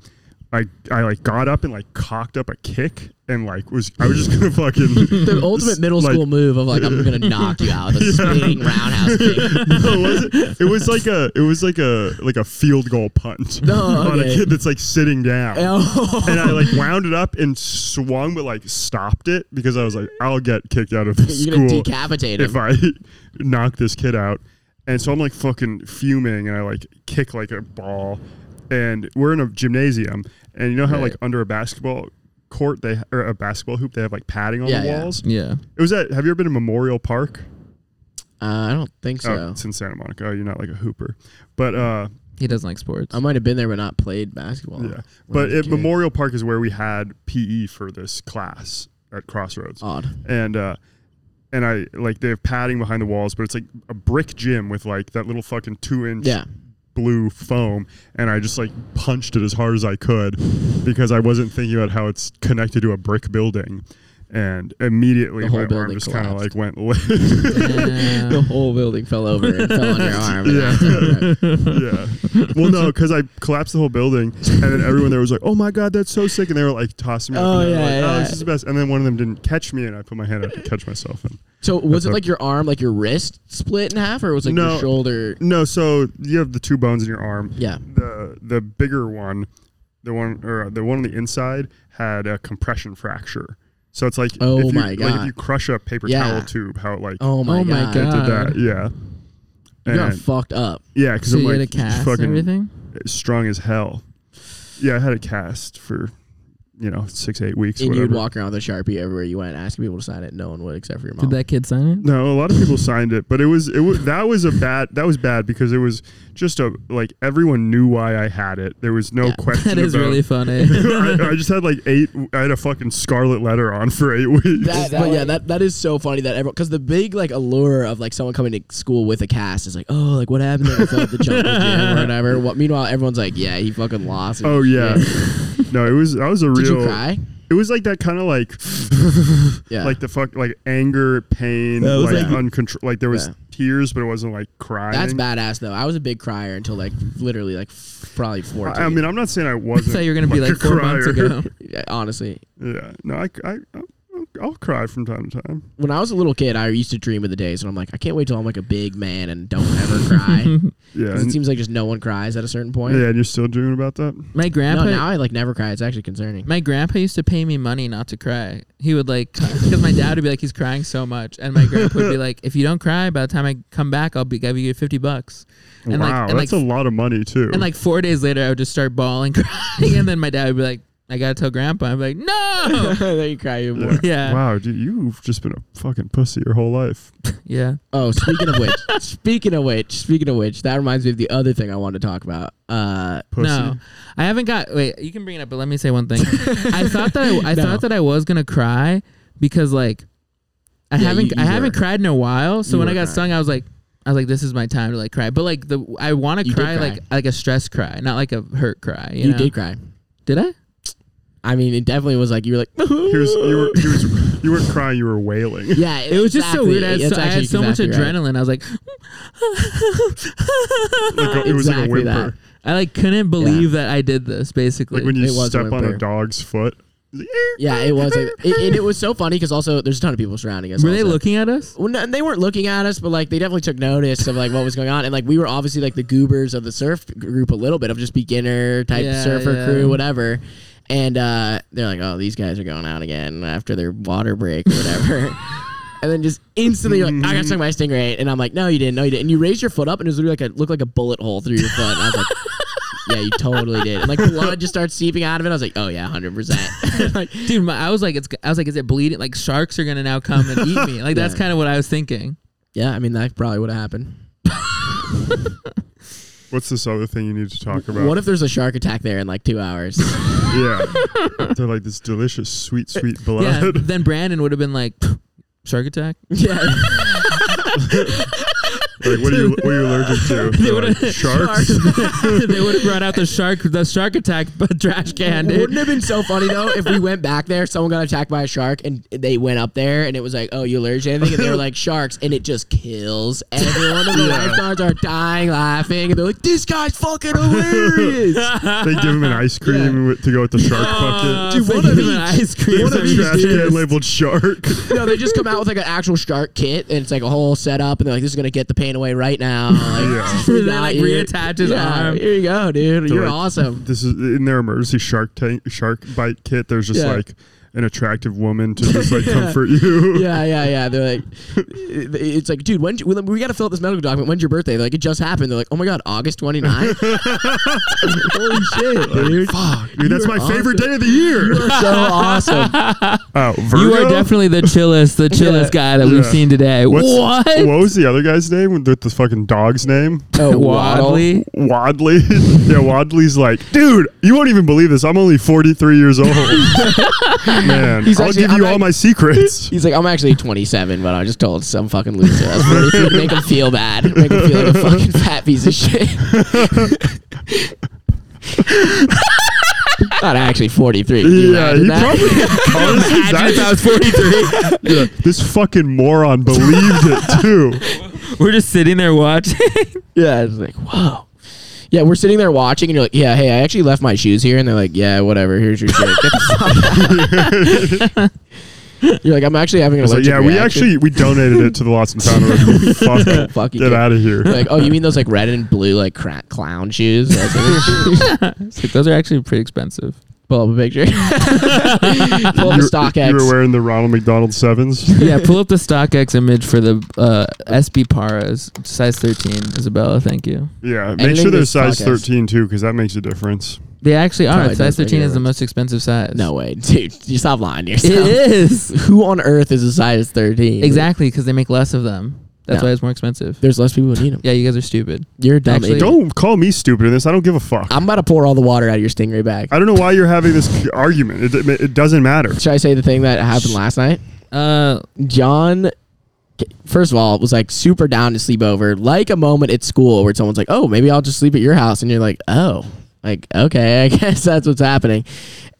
Speaker 3: I, I like got up and like cocked up a kick and like was I was just gonna [laughs] fucking
Speaker 1: [laughs] The ultimate middle
Speaker 3: like, [laughs]
Speaker 1: school move of like I'm gonna knock you out with a spinning roundhouse
Speaker 3: [laughs]
Speaker 1: kick.
Speaker 3: no, it wasn't. It was like a it was like a like a field goal punt
Speaker 1: [laughs] Oh,
Speaker 3: [laughs] on a
Speaker 1: okay.
Speaker 3: kid that's like sitting down.
Speaker 1: Oh.
Speaker 3: And I like wound it up and swung, but like stopped it because I was like, I'll get kicked out of
Speaker 1: [laughs]
Speaker 3: this
Speaker 1: You're gonna
Speaker 3: school
Speaker 1: decapitate
Speaker 3: if
Speaker 1: him.
Speaker 3: I [laughs] knock this kid out. And so I'm like fucking fuming, and I like kick like a ball. And we're in a gymnasium, and you know how like under a basketball court they or a basketball hoop they have like padding on
Speaker 1: Yeah,
Speaker 3: the
Speaker 1: yeah.
Speaker 3: walls.
Speaker 2: Yeah,
Speaker 3: It was at. Have you ever been to Memorial Park?
Speaker 1: Uh, I don't think so.
Speaker 3: Oh, it's in Santa Monica. Oh, you're not like a hooper, but uh,
Speaker 2: he doesn't like sports.
Speaker 1: I might have been there but not played basketball.
Speaker 3: yeah.
Speaker 1: when I
Speaker 3: But
Speaker 1: was a
Speaker 3: at
Speaker 1: kid.
Speaker 3: Memorial Park is where we had PE for this class at Crossroads,
Speaker 1: odd.
Speaker 3: and uh, and I like they have padding behind the walls, but it's like a brick gym with like that little fucking two inch [laughs]
Speaker 1: Yeah.
Speaker 3: blue foam, and I just like punched it as hard as I could because I wasn't thinking about how it's connected to a brick building. And immediately,
Speaker 1: The whole
Speaker 3: my arm
Speaker 1: building
Speaker 3: just kind of like
Speaker 1: collapsed.
Speaker 3: went. limp. [laughs]
Speaker 2: Yeah.
Speaker 1: The whole building fell over and fell on your arm. and [laughs]
Speaker 3: Yeah.
Speaker 1: that's it.
Speaker 3: yeah. Well, no, because I collapsed the whole building, and then everyone there was like, "Oh my god, that's so sick!" And they were like tossing me. up
Speaker 1: Oh,
Speaker 3: and down,
Speaker 1: yeah,
Speaker 3: like,
Speaker 1: yeah.
Speaker 3: Oh, this is the best. And then one of them didn't catch me, and I put my hand up to catch myself. And
Speaker 1: So was
Speaker 3: That's
Speaker 1: it
Speaker 3: okay.
Speaker 1: like your arm, like your wrist split in half, or was it like
Speaker 3: No.
Speaker 1: your shoulder?
Speaker 3: no, so you have the two bones in your arm.
Speaker 1: Yeah.
Speaker 3: The the bigger one, the one or uh, the one on the inside had a compression fracture. So it's like
Speaker 1: Oh
Speaker 3: if you,
Speaker 1: my
Speaker 3: like if
Speaker 1: God.
Speaker 3: you crush a paper
Speaker 1: Yeah.
Speaker 3: towel tube, how it like
Speaker 1: Oh my
Speaker 2: Oh
Speaker 1: god.
Speaker 2: my God.
Speaker 3: did that? Yeah.
Speaker 1: You got
Speaker 3: And-
Speaker 1: fucked up.
Speaker 3: yeah, because
Speaker 2: so
Speaker 3: I'm
Speaker 2: you
Speaker 3: like
Speaker 2: had a cast and
Speaker 3: fucking
Speaker 2: everything.
Speaker 3: strong as hell. Yeah, I had a cast for you know six eight weeks.
Speaker 1: and
Speaker 3: whatever.
Speaker 1: you'd walk around with a sharpie everywhere you went, asking people to sign it. No one would, except for your mom.
Speaker 2: Did that kid sign it?
Speaker 3: No, a lot of people signed it, but it was it was that was a bad that was bad because it was just a like everyone knew why I had it. There was no
Speaker 1: Yeah,
Speaker 2: [laughs]
Speaker 3: question.
Speaker 2: That is
Speaker 3: about-
Speaker 2: really funny.
Speaker 3: [laughs] I, I just had like eight. I had a fucking scarlet letter on for eight [laughs] weeks.
Speaker 1: That- but yeah, that that is so funny that everyone because the big like allure of like someone coming to school with a cast is like, oh, like what happened? Like, I fell at
Speaker 3: [laughs]
Speaker 1: the jungle gym or whatever. What, meanwhile, everyone's like, yeah, he fucking lost.
Speaker 3: oh yeah, Oh, no, it was. That was a
Speaker 1: Did
Speaker 3: real.
Speaker 1: you cry?
Speaker 3: It was like that kind of like
Speaker 1: Yeah.
Speaker 3: like the fuck like anger, pain,
Speaker 2: That was
Speaker 3: like,
Speaker 2: like-
Speaker 3: uncontrol. Like there was
Speaker 1: Yeah.
Speaker 3: tears, but it wasn't like crying.
Speaker 1: That's badass though. I was a big crier until like literally like f- probably fourteen.
Speaker 3: I, I mean, I'm not saying
Speaker 2: [laughs]
Speaker 3: I
Speaker 2: I
Speaker 3: wasn't.
Speaker 2: thought you were gonna be
Speaker 3: like
Speaker 2: like
Speaker 3: a
Speaker 2: four months
Speaker 3: crier.
Speaker 2: ago.
Speaker 1: Yeah, honestly,
Speaker 3: [laughs] Yeah. No, I, I, I'll- I'll cry from time to time.
Speaker 1: when I was a little kid, I used to dream of the days when I'm like, I can't wait till I'm like a big man and don't ever
Speaker 2: [laughs]
Speaker 1: cry.
Speaker 3: Yeah.
Speaker 1: 'Cause it
Speaker 3: And,
Speaker 1: seems like just no one cries at a certain point.
Speaker 3: yeah. And you're still dreaming about that?
Speaker 2: My grandpa.
Speaker 1: No, now I like never cry. It's actually concerning.
Speaker 2: my grandpa used to pay me money not to cry. He would like, [laughs] because my dad would be like, he's crying so much, and my grandpa would be like, if you don't cry, by the time I come back, I'll be give you fifty bucks. And like,
Speaker 3: wow,
Speaker 2: and
Speaker 3: that's
Speaker 2: like,
Speaker 3: a lot of money too.
Speaker 2: and like four days later, I would just start bawling, [laughs] crying, and then my dad would be like, I gotta tell grandpa. I'm like,
Speaker 1: [laughs]
Speaker 2: [laughs] no, [laughs]
Speaker 1: then you cry even more.
Speaker 3: yeah.
Speaker 2: yeah.
Speaker 3: Wow, dude, you've just been a fucking pussy your whole life.
Speaker 2: yeah.
Speaker 1: Oh, speaking of
Speaker 2: [laughs]
Speaker 1: which, speaking of which, speaking of which, that reminds me of the other thing I wanted to talk about. Uh,
Speaker 3: Pussy.
Speaker 2: No, I haven't got. Wait, you can bring it up, but let me say one thing. I thought that I, I
Speaker 1: No.
Speaker 2: thought that I was gonna cry because like I
Speaker 1: Yeah,
Speaker 2: haven't
Speaker 1: you-
Speaker 2: I
Speaker 1: you
Speaker 2: haven't
Speaker 1: were.
Speaker 2: cried in a while. So
Speaker 1: You
Speaker 2: when I
Speaker 1: were
Speaker 2: got
Speaker 1: crying.
Speaker 2: stung, I was like, I was like, this is my time to like cry. But like the I want to
Speaker 1: You did
Speaker 2: cry,
Speaker 1: cry.
Speaker 2: like like a stress cry, not like a hurt cry. You,
Speaker 1: you
Speaker 2: know?
Speaker 1: did cry.
Speaker 2: Did I?
Speaker 1: I mean, it definitely was like you were like,
Speaker 2: [laughs]
Speaker 3: Here's you were you were
Speaker 1: [laughs]
Speaker 3: you weren't crying, you were wailing.
Speaker 1: yeah.
Speaker 2: It was just so
Speaker 1: exactly.
Speaker 2: weird. I had
Speaker 1: That's
Speaker 2: so, I
Speaker 1: actually
Speaker 2: had so much
Speaker 1: exactly right.
Speaker 2: adrenaline. I was like,
Speaker 3: [laughs] Like, it was like a
Speaker 1: Exactly that.
Speaker 3: whimper.
Speaker 2: I like couldn't believe that I did this. Basically,
Speaker 3: Like when you
Speaker 1: It was a
Speaker 3: step on a
Speaker 1: whimper.
Speaker 3: dog's foot. "Eh."
Speaker 1: Yeah, it was. Like, it, and it was so funny because also there's a ton of people surrounding us.
Speaker 2: were they
Speaker 1: also.
Speaker 2: looking at us?
Speaker 1: Well, no, they weren't looking at us, but like they definitely took notice of like what was going on, and like we were obviously like the goobers of the surf group a little bit of just beginner type
Speaker 2: Yeah,
Speaker 1: surfer
Speaker 2: yeah.
Speaker 1: crew, whatever. And uh, they're like, "Oh, these guys are going out again after their water break or
Speaker 2: [laughs]
Speaker 1: whatever." and then just instantly, you're like, "I got stung by a stingray," and I'm like, "No, you didn't. No, you didn't." And you raised your foot up, and it was literally like a looked like a bullet hole through your foot. And I was like. [laughs] Yeah, you totally did. And like blood just starts seeping out of it. I was like, oh yeah, hundred percent. [laughs] [laughs] Like
Speaker 2: Dude, my, I was like, it's, I was like, is it bleeding? Like sharks are gonna now come and eat me. Like that's
Speaker 1: Yeah.
Speaker 2: kind of what I was thinking.
Speaker 1: yeah, I mean that probably would have happened.
Speaker 3: What's this other thing you need to talk about?
Speaker 1: What if there's a shark attack there in like two hours? [laughs]
Speaker 3: yeah. They're like this delicious, sweet, sweet
Speaker 2: Yeah.
Speaker 3: blood. [laughs]
Speaker 2: then Brandon would have been like, shark attack. [laughs]
Speaker 1: yeah.
Speaker 3: like what are you what are you
Speaker 1: [laughs]
Speaker 3: allergic to? They're like, sharks?
Speaker 2: they would have brought out the shark, the shark attack, but trash can. dude.
Speaker 1: Wouldn't it have been so funny though if we went back there, someone got attacked by a shark, and they went up there, and it was like, "Oh, you allergic?" to anything? And they were like, "Sharks," and it just kills everyone. And the lifeguards are dying laughing, and they're like, "This guy's fucking
Speaker 2: [laughs]
Speaker 1: hilarious."
Speaker 3: [laughs] they give him
Speaker 1: [laughs]
Speaker 3: an ice cream with to go with the shark
Speaker 2: Uh,
Speaker 3: bucket.
Speaker 1: Dude, what
Speaker 2: they
Speaker 1: a
Speaker 2: give him an
Speaker 1: beach.
Speaker 2: ice cream.
Speaker 1: What a
Speaker 2: I
Speaker 3: The
Speaker 2: mean,
Speaker 1: beach.
Speaker 3: trash
Speaker 1: dude.
Speaker 3: can labeled shark. [laughs]
Speaker 1: no, they just come out with like an actual shark kit, and it's like a whole setup, and they're like, "This is gonna get the pain away right now." Like,
Speaker 2: [laughs]
Speaker 1: [laughs]
Speaker 2: Yeah.
Speaker 1: we
Speaker 2: They,
Speaker 1: got
Speaker 2: like,
Speaker 1: you.
Speaker 2: reattach his
Speaker 1: Yeah,
Speaker 2: arm.
Speaker 1: Here you go, dude.
Speaker 3: They're
Speaker 1: You're
Speaker 3: like,
Speaker 1: awesome.
Speaker 3: This is in their emergency shark tank shark bite kit. There's just
Speaker 1: Yeah.
Speaker 3: like an attractive woman to just
Speaker 1: [laughs]
Speaker 3: like comfort you.
Speaker 1: yeah, yeah, yeah. They're like, it's like, dude, when we got to fill out this medical document. When's your birthday? They're like, it just happened. They're like, oh my god, August
Speaker 3: [laughs]
Speaker 1: 29th. Holy shit, dude!
Speaker 3: Dude, that's
Speaker 1: You
Speaker 3: my
Speaker 1: are
Speaker 3: favorite day of the year.
Speaker 1: You're so
Speaker 3: [laughs]
Speaker 1: awesome.
Speaker 3: Oh, Virgo?
Speaker 2: You are definitely the chillest, the chillest guy that we've
Speaker 3: Yeah.
Speaker 2: seen today.
Speaker 3: What's-
Speaker 2: what?
Speaker 3: What was the other guy's name with the, the fucking dog's name?
Speaker 1: Oh,
Speaker 2: Wadley?
Speaker 3: Wadley. [laughs] yeah, Wadley's like, dude, you won't even believe this. I'm only 43
Speaker 1: [laughs]
Speaker 3: years old. Man,
Speaker 1: He's
Speaker 3: I'll
Speaker 1: actually-
Speaker 3: give you
Speaker 1: I'm
Speaker 3: all
Speaker 1: act- [laughs]
Speaker 3: my secrets.
Speaker 1: He's like, I'm actually 27, but I just told some fucking loser. I was 43. Make him feel bad. Make him feel like a fucking fat piece of
Speaker 3: [laughs]
Speaker 1: shit. [laughs] Not actually 43. Can you
Speaker 3: yeah,
Speaker 1: imagine
Speaker 3: he
Speaker 1: that? [laughs]
Speaker 3: probably. honestly,
Speaker 2: Imagine if I
Speaker 3: that,
Speaker 2: was 43.
Speaker 3: [laughs] yeah, this fucking
Speaker 1: [laughs]
Speaker 3: moron believed it too.
Speaker 2: We're just sitting there [laughs] watching.
Speaker 1: Yeah, it's like, whoa. Yeah, we're sitting there watching, and you're like, yeah, hey, I actually left my shoes here. And they're like, yeah, whatever, here's your shit. Get the fuck out. you're like, I'm actually having an
Speaker 3: So
Speaker 1: allergic
Speaker 3: yeah, we
Speaker 1: reaction."
Speaker 3: actually we donated it to the Lost and Found. Like, fuck, it.
Speaker 1: Fuck [laughs] you,
Speaker 3: get
Speaker 1: kid.
Speaker 3: out of here.
Speaker 1: You're [laughs] like, oh, you mean those like red and blue like cra- clown shoes? That's what-
Speaker 2: those are actually pretty expensive.
Speaker 1: [laughs] Pull up a picture. [laughs] Pull up
Speaker 3: you,
Speaker 1: the stock X.
Speaker 3: you were wearing the Ronald
Speaker 1: [laughs]
Speaker 3: McDonald sevens.
Speaker 2: yeah, pull [laughs] up the StockX image for the uh, SB Paras, size 13, Isabella. Thank you.
Speaker 3: Yeah, make
Speaker 1: Anything
Speaker 3: sure they're
Speaker 1: that's
Speaker 3: size
Speaker 1: podcast.
Speaker 3: 13 too, because that makes a difference.
Speaker 2: They actually are.
Speaker 1: Probably
Speaker 2: size
Speaker 1: does make a
Speaker 2: 13 is the
Speaker 1: difference.
Speaker 2: most expensive size.
Speaker 1: No way, dude. You stop lying to
Speaker 2: It
Speaker 1: yourself.
Speaker 2: is.
Speaker 1: Who on earth is a size 13?
Speaker 2: exactly, because they make less of them. That's
Speaker 1: No.
Speaker 2: why it's more expensive.
Speaker 1: There's less people who need them.
Speaker 2: yeah, you guys are stupid.
Speaker 1: You're a dumb.
Speaker 2: Actually-
Speaker 1: idiot.
Speaker 3: Don't call me stupid in this. I don't give a fuck.
Speaker 1: I'm about to pour all the water out of your stingray bag.
Speaker 3: I don't know why you're having this [laughs] argument. It, it, it doesn't matter.
Speaker 1: Should I say the thing that happened last night?
Speaker 2: Uh,
Speaker 1: John, first of all, was like super down to sleep over. Like a moment at school where someone's like, [laughs] "Oh, maybe I'll just sleep at your house," and you're like, "Oh, like okay, I guess that's what's happening."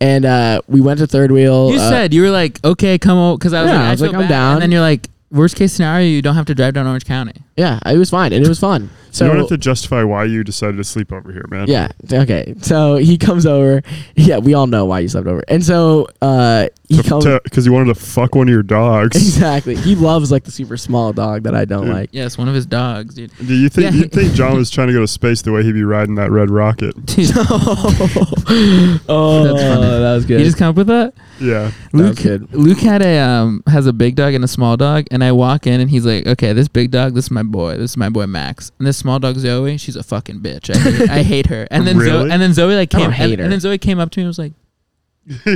Speaker 1: and uh, we went to third wheel.
Speaker 2: You
Speaker 1: uh,
Speaker 2: said you were like, okay, come over, because I was
Speaker 1: Yeah,
Speaker 2: like, I, was like, I'm down. And then you're like, worst case scenario, you don't have to drive down Orange County.
Speaker 1: yeah, it was fine and it was fun. So
Speaker 3: you don't have to justify why you decided to sleep over here, man.
Speaker 1: Yeah. Okay. So he comes over. Yeah, we all know why you slept over. And so uh, he comes
Speaker 3: Because you wanted to fuck one of your dogs.
Speaker 1: exactly. He loves like the super small dog that I don't like.
Speaker 2: Yes, one of his dogs, [laughs] dude.
Speaker 3: [laughs] Do you think
Speaker 2: Yeah.
Speaker 3: you think John was trying to go to space the way he'd be riding that red rocket?
Speaker 1: Oh,
Speaker 2: That's funny.
Speaker 1: that was good.
Speaker 2: [laughs] You just come up with that?
Speaker 3: Yeah. [laughs]
Speaker 1: Luke,
Speaker 2: Luke, Luke had a um has a big dog and a small dog, and I walk in and he's like, "Okay, this big dog, this is my boy, this is my boy Max, and this small dog Zoe, she's a fucking bitch. I hate, I hate her." And then Zoe,
Speaker 3: Really?
Speaker 2: and then Zoe like
Speaker 1: I
Speaker 2: came
Speaker 1: don't hate
Speaker 2: and,
Speaker 1: her.
Speaker 2: and then Zoe came up to me and was like,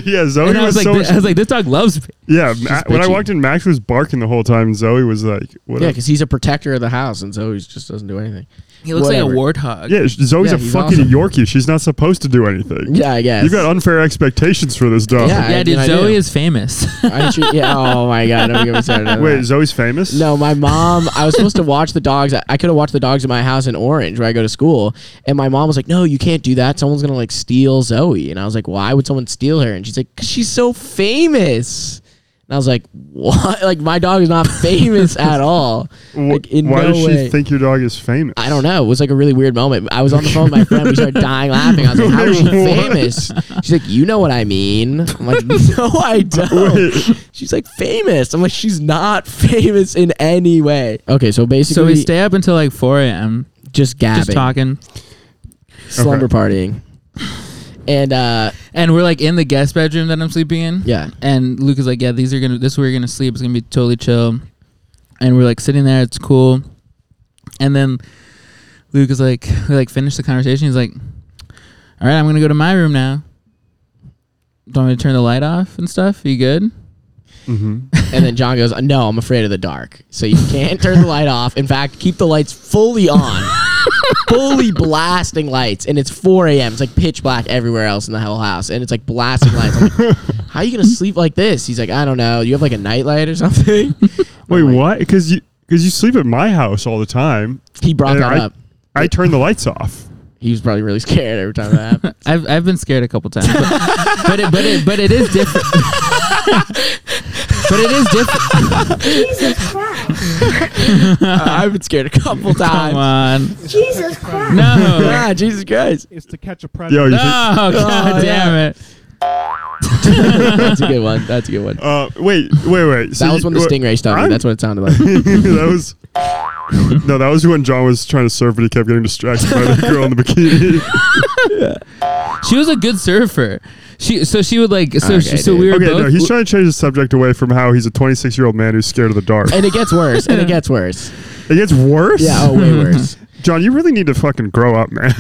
Speaker 3: yeah, Zoe
Speaker 2: and I was
Speaker 3: was,
Speaker 2: like,
Speaker 3: so
Speaker 2: "Th- I was like, this dog loves me.
Speaker 3: Yeah, Ma- when I
Speaker 1: bitchy.
Speaker 3: walked in, Max was barking the whole time. and Zoe was like, what
Speaker 1: Yeah,
Speaker 3: a-
Speaker 1: because he's a protector of the house, and so he just doesn't do anything.
Speaker 2: He looks
Speaker 1: Whatever.
Speaker 2: like a warthog."
Speaker 3: yeah, sh- Zoe's
Speaker 1: Yeah,
Speaker 3: a
Speaker 1: he's
Speaker 3: fucking
Speaker 1: awesome.
Speaker 3: Yorkie. She's not supposed to do anything.
Speaker 1: Yeah, I guess.
Speaker 3: You've got unfair expectations for this dog.
Speaker 1: Yeah, I-
Speaker 2: Yeah, dude.
Speaker 1: and I
Speaker 2: Zoe
Speaker 1: do.
Speaker 2: is famous. [laughs]
Speaker 1: I treat- yeah. Oh my god. Don't get me started. on
Speaker 3: Wait,
Speaker 1: that.
Speaker 3: Zoe's famous?
Speaker 1: No, my mom. I was supposed to watch the dogs. I, I could have watched the dogs in my house in Orange, where I go to school. And my mom was like, "No, you can't do that. Someone's gonna like steal Zoe." And I was like, "Why would someone steal her?" And she's like, "Cause she's so famous." And I was like, "What? Like my dog is not famous at all.
Speaker 3: Wh-
Speaker 1: Like, in
Speaker 3: why
Speaker 1: no
Speaker 3: does she
Speaker 1: way."
Speaker 3: think your dog is famous?
Speaker 1: I don't know. It was like a really weird moment. I was on the phone with my friend. We started dying laughing. I was like, "How is she [laughs]
Speaker 3: What?
Speaker 1: famous?" She's like, "You know what I mean." I'm [laughs] like, "No, I don't." She's like, "Famous." I'm like, "She's not [laughs] famous in any way." Okay, so
Speaker 2: so we
Speaker 1: basically,
Speaker 2: stay up until like 4 a.m.
Speaker 1: just gabbing,
Speaker 2: just talking,
Speaker 1: slumber partying, and uh,
Speaker 2: and we're like in the guest bedroom that I'm sleeping in.
Speaker 1: Yeah.
Speaker 2: And Luke is like, "Yeah, these are gonna. This is where you're gonna sleep. It's gonna be totally chill." And we're like sitting there. It's cool. And then Luke is like, we like finished the conversation. He's like, "All right, I'm gonna go to my room now. Don't want me to turn the light off and stuff. You good?"
Speaker 1: and then John goes, "No, I'm afraid of the dark. So you can't turn the light off. In fact, keep the lights fully [laughs] on." fully blasting lights and it's 4 a.m it's like pitch black everywhere else in the whole house and it's like blasting lights I'm like, how are you gonna sleep like this he's like i don't know you have like a nightlight or something [laughs]
Speaker 3: Wait, what? Because you because you sleep at my house all the time.
Speaker 1: he brought
Speaker 3: and
Speaker 1: that
Speaker 3: I,
Speaker 1: up
Speaker 3: I turn the lights off.
Speaker 1: he was probably really scared every time that [laughs] happened
Speaker 2: I've I've been scared a couple times, but [laughs] but it, but, it, but it is different. [laughs] but it is different.
Speaker 7: Jesus Christ.
Speaker 1: i've been scared a couple
Speaker 2: [laughs] Come
Speaker 1: times
Speaker 2: on,
Speaker 7: Jesus Christ.
Speaker 1: [laughs]
Speaker 2: no.
Speaker 1: ah, jesus christ
Speaker 9: is to catch a predator.
Speaker 3: Yo, you think,
Speaker 2: Oh god damn it!
Speaker 1: that's a good one that's a good one
Speaker 3: uh, wait, wait, wait.
Speaker 1: that was when the stingray stung me.
Speaker 3: I'm-
Speaker 1: that's what it sounded like
Speaker 3: [laughs] that was. No, that was when John was trying to surf and he kept getting distracted by the girl in the
Speaker 1: [laughs]
Speaker 3: bikini.
Speaker 2: She was a good surfer. She so she would like so
Speaker 1: Okay,
Speaker 2: she, so
Speaker 1: dude.
Speaker 2: we were
Speaker 3: Okay,
Speaker 2: both.
Speaker 3: no, he's trying to change the subject away from how he's a 26 year old man who's scared of the dark.
Speaker 1: and it gets worse and it gets worse
Speaker 3: It gets worse.
Speaker 1: yeah oh way worse
Speaker 3: John, you really need to fucking grow up, man. [laughs]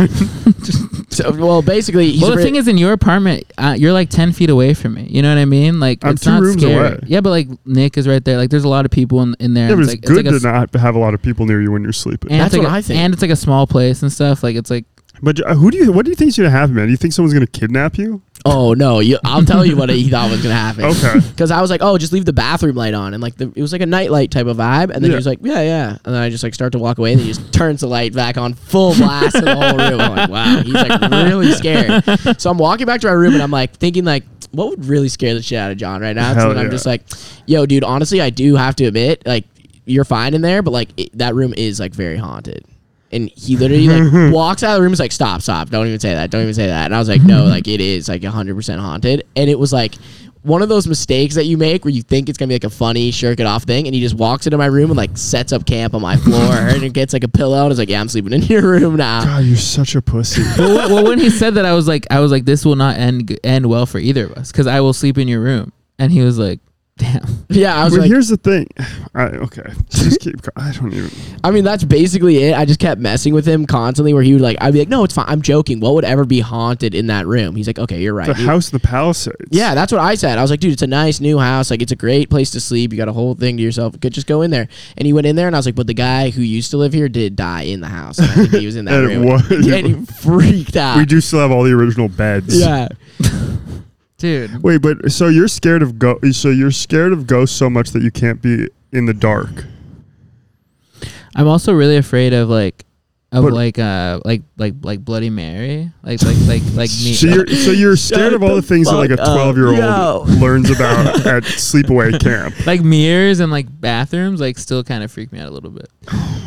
Speaker 1: so well basically he's
Speaker 2: well, the
Speaker 1: re-
Speaker 2: thing is, in your apartment, uh, you're like ten feet away from me. You know what I mean? Like
Speaker 3: I'm
Speaker 2: it's
Speaker 3: two
Speaker 2: not
Speaker 3: rooms
Speaker 2: scary.
Speaker 3: away.
Speaker 2: Yeah, but like Nick is right there. Like there's a lot of people in, in there.
Speaker 3: yeah,
Speaker 2: and
Speaker 3: but it's
Speaker 2: like,
Speaker 3: good
Speaker 2: like a
Speaker 3: to not have a lot of people near you when you're sleeping.
Speaker 2: And
Speaker 1: That's
Speaker 2: it's like
Speaker 1: what
Speaker 2: a-
Speaker 1: I think.
Speaker 2: And it's like a small place and stuff. Like it's like
Speaker 3: But uh, who do you? What do you think's gonna happen, man? You think someone's gonna kidnap you?
Speaker 1: Oh no! You, I'll tell you what he thought was gonna happen.
Speaker 3: Okay.
Speaker 1: Because I was like, oh, just leave the bathroom light on, and like the, it was like a nightlight type of vibe, and then
Speaker 3: Yeah.
Speaker 1: he was like, yeah, yeah, and then I just like start to walk away, and then he just turns the light back on full blast in the whole room. I'm like, wow, he's like really scared. So I'm walking back to my room, and I'm like thinking like, what would really scare the shit out of John right now?
Speaker 3: Hell
Speaker 1: so then
Speaker 3: yeah.
Speaker 1: I'm just like, yo, dude, honestly, I do have to admit, like, you're fine in there, but like it, that room is like very haunted. And he literally like walks out of the room. Is like, stop, stop! Don't even say that. Don't even say that. And I was like, no, like it is like 100 percent haunted. And it was like one of those mistakes that you make where you think it's gonna be like a funny shirk it off thing, and he just walks into my room and like sets up camp on my floor and it gets like a pillow and is like, yeah, I'm sleeping in your room now.
Speaker 3: God, you're such a [laughs] pussy.
Speaker 2: well, wh- well, when he said that, I was like, I was like, this will not end g- end well for either of us because I will sleep in your room. And he was like,
Speaker 3: [laughs]
Speaker 2: damn.
Speaker 1: Yeah, I was
Speaker 3: well,
Speaker 1: like,
Speaker 3: here's the thing. I, okay, just keep. go- I don't even.
Speaker 1: I mean, that's basically it. I just kept messing with him constantly where he would like, I'd be like, no, it's fine. I'm joking. What would ever be haunted in that room? He's like, okay, you're right.
Speaker 3: The
Speaker 1: dude."
Speaker 3: house, in the Palisades.
Speaker 1: Yeah, that's what I said. I was like, dude, it's a nice new house. Like, it's a great place to sleep. You got a whole thing to yourself. Could just go in there. And he went in there, and I was like, but the guy who used to live here did die in the house. And I think he was in that
Speaker 3: [laughs] And it
Speaker 1: room.
Speaker 3: was-
Speaker 1: and he freaked out.
Speaker 3: we do still have all the original beds.
Speaker 1: Yeah.
Speaker 2: Dude.
Speaker 3: Wait, but so you're scared of go? So you're scared of ghosts so much that you can't be in the dark.
Speaker 2: I'm also really afraid of like of
Speaker 3: But-
Speaker 2: like uh like like like Bloody Mary, like like like like me.
Speaker 3: So you're
Speaker 1: [laughs]
Speaker 3: so you're scared of all the things that like a
Speaker 1: fuck up,
Speaker 3: twelve year
Speaker 1: yo.
Speaker 3: old
Speaker 1: [laughs]
Speaker 3: learns about at sleepaway camp.
Speaker 2: like mirrors and like bathrooms like still kind of freak me out a little bit.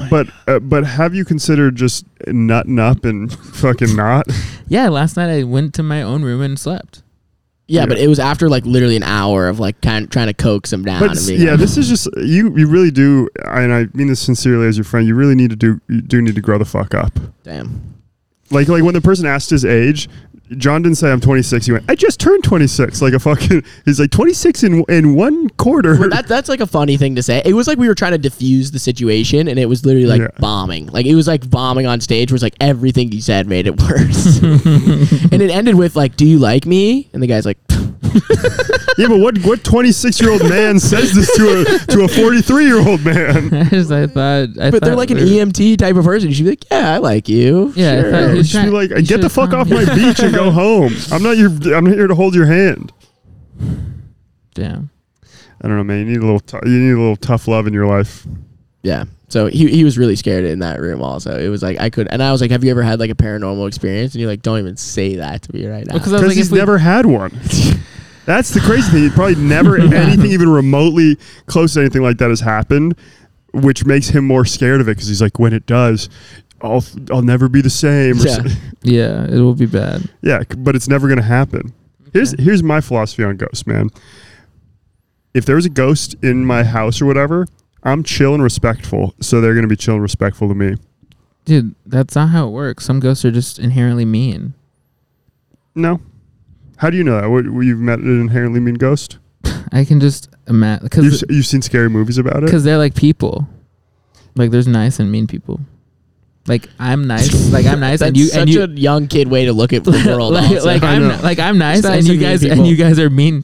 Speaker 3: But uh, but have you considered just nutting up and [laughs] fucking not?
Speaker 2: Yeah, last night I went to my own room and slept. [laughs]
Speaker 1: Yeah, but it was after like literally an hour of like kind of trying to coax him down.
Speaker 3: But
Speaker 1: and
Speaker 3: s-
Speaker 1: being
Speaker 3: yeah,
Speaker 1: like,
Speaker 3: this is just you. You really do, and I mean this sincerely as your friend. You really need to do. You do need to grow the fuck up.
Speaker 1: damn.
Speaker 3: Like like when the person asked his age, John didn't say I'm 26. He went, I just turned 26. Like a fucking. He's like 26 in in one quarter.
Speaker 1: That, that's like a funny thing to say. It was like we were trying to diffuse the situation, and it was literally like
Speaker 3: Yeah.
Speaker 1: bombing. Like it was like bombing on stage, where it's like everything he said made it [laughs]
Speaker 2: [laughs]
Speaker 1: worse. and it ended with like, "Do you like me?" And the guy's
Speaker 2: [laughs]
Speaker 1: like,
Speaker 3: [laughs] yeah, but what what 26 year old man says this to a to a 43 year old man?
Speaker 2: I just I thought I
Speaker 1: "But they're
Speaker 2: thought
Speaker 1: like an E
Speaker 2: we were-
Speaker 1: EMT type of person. You should be like, "Yeah, I like you."
Speaker 2: Yeah, I
Speaker 1: sure."
Speaker 2: thought-
Speaker 3: You
Speaker 2: He's
Speaker 3: should be
Speaker 2: trying-
Speaker 3: like,
Speaker 2: he
Speaker 3: get the
Speaker 2: should've
Speaker 3: fuck
Speaker 2: come
Speaker 3: off my
Speaker 2: here."
Speaker 3: beach and
Speaker 2: [laughs]
Speaker 3: go home. I'm not your. I'm here to hold your hand.
Speaker 2: Damn.
Speaker 3: I don't know, man. You need a little. T- you need a little tough love in your life.
Speaker 1: [laughs] yeah. So he he was really scared in that room. Also, it was like I could, and I was like, "Have you ever had like a paranormal experience?" And you're like, "Don't even say that to me right now."
Speaker 2: Because I was
Speaker 3: Because
Speaker 2: like,
Speaker 3: he's
Speaker 2: if we-
Speaker 3: never
Speaker 2: [laughs]
Speaker 3: had one. That's the crazy thing. He probably never anything even remotely close to anything like that has happened, which makes him more scared of it. Because he's like, when it does, I'll I'll never be the same. or
Speaker 1: Yeah.
Speaker 3: so-
Speaker 2: yeah, it will be bad.
Speaker 3: [laughs] yeah. c- But it's never gonna happen. Here's here's my philosophy on ghosts, man. If there was a ghost in my house or whatever, I'm chill and respectful, so they're gonna be chill and respectful to me.
Speaker 2: Dude, that's not how it works. Some ghosts are just inherently mean.
Speaker 3: No. How do you know that? What, you've met an inherently mean ghost?
Speaker 2: I can just imagine
Speaker 3: You've,
Speaker 2: because
Speaker 3: s- you've seen scary movies about it.
Speaker 2: because they're like people. Like there's nice and mean people. Like I'm nice. Like I'm nice,
Speaker 1: That's
Speaker 2: and you
Speaker 1: such
Speaker 2: and you.
Speaker 1: a young kid way to look
Speaker 2: [laughs]
Speaker 1: at the world.
Speaker 2: like,
Speaker 1: also.
Speaker 2: like
Speaker 3: I
Speaker 2: I'm
Speaker 3: know.
Speaker 2: like I'm nice,
Speaker 1: nice
Speaker 2: and you
Speaker 1: and mean
Speaker 2: guys
Speaker 1: people.
Speaker 2: and you guys are [laughs] mean.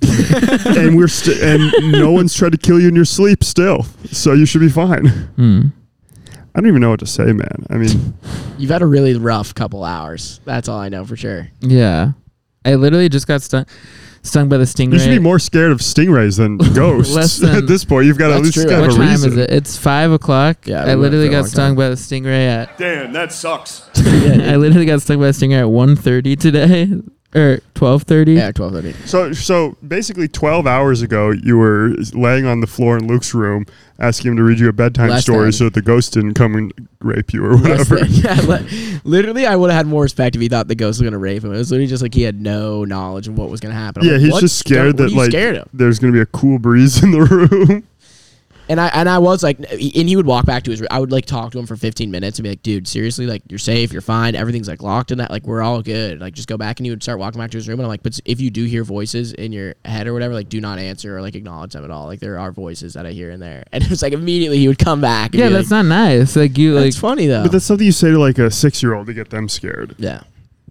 Speaker 3: and we're st- and [laughs] no one's tried to kill you in your sleep still, so you should be fine.
Speaker 2: Hmm.
Speaker 3: I don't even know what to say, man. I mean,
Speaker 1: You've had a really rough couple hours. That's all I know for sure. [laughs]
Speaker 2: Yeah, I literally just got stung stung by the stingray.
Speaker 3: you should be more scared of
Speaker 1: [laughs]
Speaker 3: stingrays than ghosts
Speaker 2: than-
Speaker 3: [laughs] at this point. You've got to at
Speaker 1: That's
Speaker 3: least
Speaker 1: true.
Speaker 3: got
Speaker 2: what
Speaker 3: a
Speaker 2: time
Speaker 3: reason.
Speaker 2: is it? It's five o'clock.
Speaker 1: Yeah, we
Speaker 2: I
Speaker 1: went
Speaker 2: literally
Speaker 1: for a long
Speaker 2: got stung
Speaker 1: time.
Speaker 2: by the stingray at. [laughs]
Speaker 3: [laughs]
Speaker 5: Damn, that sucks.
Speaker 2: I literally got stung by the stingray at one thirty today [laughs] or twelve thirty.
Speaker 1: Yeah, twelve thirty.
Speaker 3: So, so basically, twelve hours ago, you were laying on the floor in Luke's room, asking him to read you a bedtime
Speaker 1: Less
Speaker 3: story
Speaker 1: than.
Speaker 3: so that the ghost didn't come and rape you or [laughs] whatever.
Speaker 1: [laughs] yeah, li- literally, I would have had more respect if he thought the ghost was gonna rape him. It was literally just like he had no knowledge of what was gonna happen. I'm
Speaker 3: [laughs] Yeah,
Speaker 1: like,
Speaker 3: he's
Speaker 1: what?
Speaker 3: just scared
Speaker 1: What are
Speaker 3: that
Speaker 1: you
Speaker 3: like
Speaker 1: scared of?
Speaker 3: there's gonna be a cool breeze in the room.
Speaker 1: And I and I was like, and he would walk back to his. I would like talk to him for fifteen minutes and be like, dude, seriously, like you're safe, you're fine, everything's like locked in that, like we're all good. Like just go back, and he would start walking back to his room. And I'm like, but if you do hear voices in your head or whatever, like do not answer or like acknowledge them at all. Like there are voices that I hear in there, [laughs] and it was like immediately he would come back. And
Speaker 2: Yeah,
Speaker 1: be
Speaker 2: that's
Speaker 1: like,
Speaker 2: not nice. Like you like
Speaker 1: That's funny though.
Speaker 3: But that's something you say to like a six year old to get them scared.
Speaker 1: yeah.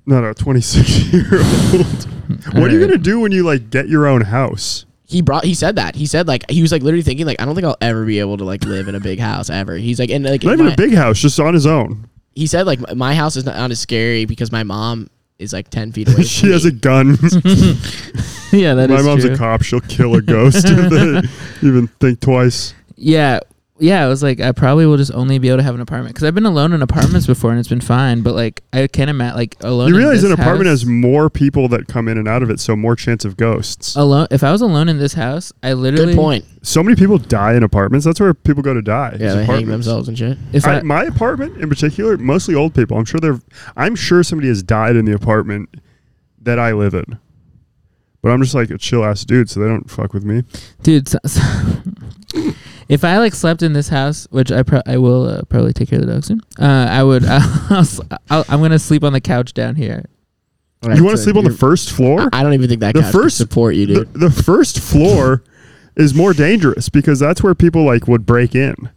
Speaker 3: Not a 26 year old. what are you
Speaker 2: Alright.
Speaker 3: gonna do when you like get your own house?
Speaker 1: he brought he said that he said like he was like literally thinking like I don't think I'll ever be able to like live in a big house ever. He's like and like
Speaker 3: Not even
Speaker 1: my-
Speaker 3: a big house, just on his own.
Speaker 1: he said like my- my house is not, not as scary because my mom is like ten feet away.
Speaker 3: [laughs] She
Speaker 1: from
Speaker 3: has
Speaker 1: me. [laughs]
Speaker 3: a gun.
Speaker 2: [laughs] yeah. that is
Speaker 3: My mom's
Speaker 2: true.
Speaker 3: a cop. She'll kill a ghost if
Speaker 1: [laughs]
Speaker 3: they even think twice.
Speaker 2: Yeah. Yeah, I was like, I probably will just only be able to have an apartment because I've been alone in apartments before and it's been fine. But like, I can't imagine like alone.
Speaker 3: You realize
Speaker 2: in
Speaker 3: an
Speaker 2: this
Speaker 3: apartment
Speaker 2: house,
Speaker 3: has more people that come in and out of it, so more chance of ghosts.
Speaker 1: Oh.
Speaker 2: alone. If I was alone in this house, I literally
Speaker 1: good point.
Speaker 3: so many people die in apartments. That's where people go to die. is
Speaker 1: Yeah, they hang
Speaker 3: apartments.
Speaker 1: themselves and shit.
Speaker 2: If I,
Speaker 3: I, my apartment in particular, mostly old people. I'm sure they're. I'm sure somebody has died in the apartment that I live in. But I'm just like a chill ass dude, so they don't fuck with me.
Speaker 2: dude, so, so- [laughs] if I like slept in this house, which I pro- I will uh, probably take care of the dog soon. Uh, I would. [laughs] I'll, I'll, I'm gonna sleep on the couch down here.
Speaker 3: you want to sleep on the first floor?
Speaker 1: I don't even think that
Speaker 3: The
Speaker 1: the
Speaker 3: first-
Speaker 1: first support you,
Speaker 3: the,
Speaker 1: dude.
Speaker 3: the first floor is more dangerous because that's where people like would break in.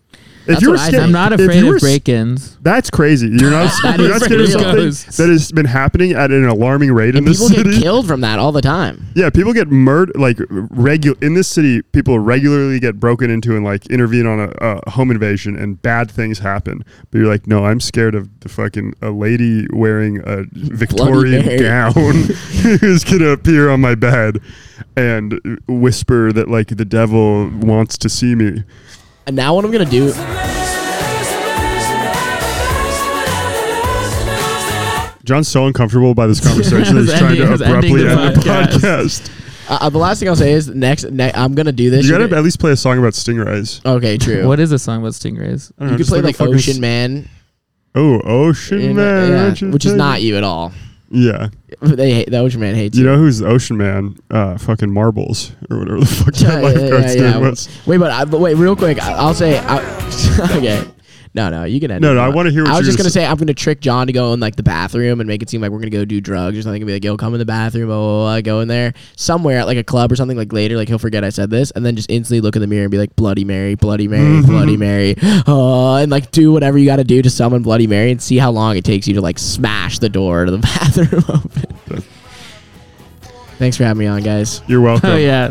Speaker 3: If
Speaker 1: That's
Speaker 3: you were
Speaker 1: what I
Speaker 3: scared,
Speaker 1: think.
Speaker 2: I'm not
Speaker 3: if you
Speaker 2: afraid
Speaker 3: were
Speaker 2: of
Speaker 3: s-
Speaker 2: break-ins.
Speaker 3: That's crazy.
Speaker 1: [laughs]
Speaker 3: You're not,
Speaker 1: That
Speaker 3: you're
Speaker 1: is
Speaker 3: not scared of
Speaker 1: real.
Speaker 3: something
Speaker 2: Ghosts.
Speaker 3: that has been happening at an alarming rate in
Speaker 1: And
Speaker 3: this
Speaker 1: people
Speaker 3: city.
Speaker 1: get killed from that all the time.
Speaker 3: Yeah, people get murdered like regular in this city. People regularly get broken into and like intervene on a, a home invasion, and bad things happen. But you're like, no, I'm scared of the fucking a lady wearing
Speaker 1: [laughs]
Speaker 3: a Victorian
Speaker 1: Mary.
Speaker 3: gown
Speaker 1: [laughs]
Speaker 3: who's gonna appear on my bed and whisper that like the devil wants to see me.
Speaker 1: uh, And now what I'm gonna do?
Speaker 3: John's so uncomfortable by
Speaker 1: [laughs]
Speaker 3: this conversation that he's
Speaker 2: It's
Speaker 3: trying
Speaker 2: ending-
Speaker 3: to
Speaker 2: it's ending
Speaker 3: abruptly
Speaker 2: the
Speaker 3: end the
Speaker 2: podcast.
Speaker 3: podcast.
Speaker 1: Uh, the last thing I'll say is next. Ne- I'm gonna do this.
Speaker 3: You
Speaker 1: You're
Speaker 3: gotta
Speaker 1: gonna-
Speaker 3: at least play a song about stingrays.
Speaker 1: okay, true.
Speaker 2: What is a song about stingrays?
Speaker 3: I don't know,
Speaker 1: you could
Speaker 3: just
Speaker 1: play
Speaker 3: a
Speaker 1: like
Speaker 3: fucking
Speaker 1: Ocean
Speaker 3: s-
Speaker 1: Man,
Speaker 3: Oh, Ocean
Speaker 1: in-
Speaker 3: Man,
Speaker 1: yeah,
Speaker 3: aren't you
Speaker 1: which is
Speaker 3: taking-
Speaker 1: not you at all.
Speaker 3: Yeah,
Speaker 1: They hate the Ocean Man hates
Speaker 3: you know who's Ocean Man? Uh, fucking marbles or whatever the fuck [laughs] that lifeguard's name was.
Speaker 1: Wait, but, I, but wait, real quick, I, I'll say. I, [laughs] okay. No, no, you can end.
Speaker 3: No,
Speaker 1: it.
Speaker 3: no, I wanna hear what
Speaker 1: I was just
Speaker 3: you're gonna
Speaker 1: gonna say. I'm gonna trick John to go in like the bathroom and make it seem like we're gonna go do drugs or something, and be like, "Yo, come in the bathroom." Blah, blah, blah, go in there somewhere at like a club or something. Like later, like he'll forget I said this, and then just instantly look in the mirror and be like, "Bloody Mary, Bloody Mary,
Speaker 3: Mm-hmm.
Speaker 1: Bloody Mary," [gasps] uh, and like do whatever you got to do to summon Bloody Mary and see how long it takes you to like smash the door to the [laughs] bathroom open. Thanks for having me on, guys.
Speaker 2: [laughs]
Speaker 3: You're welcome.
Speaker 2: Oh yeah.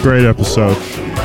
Speaker 3: Great episode.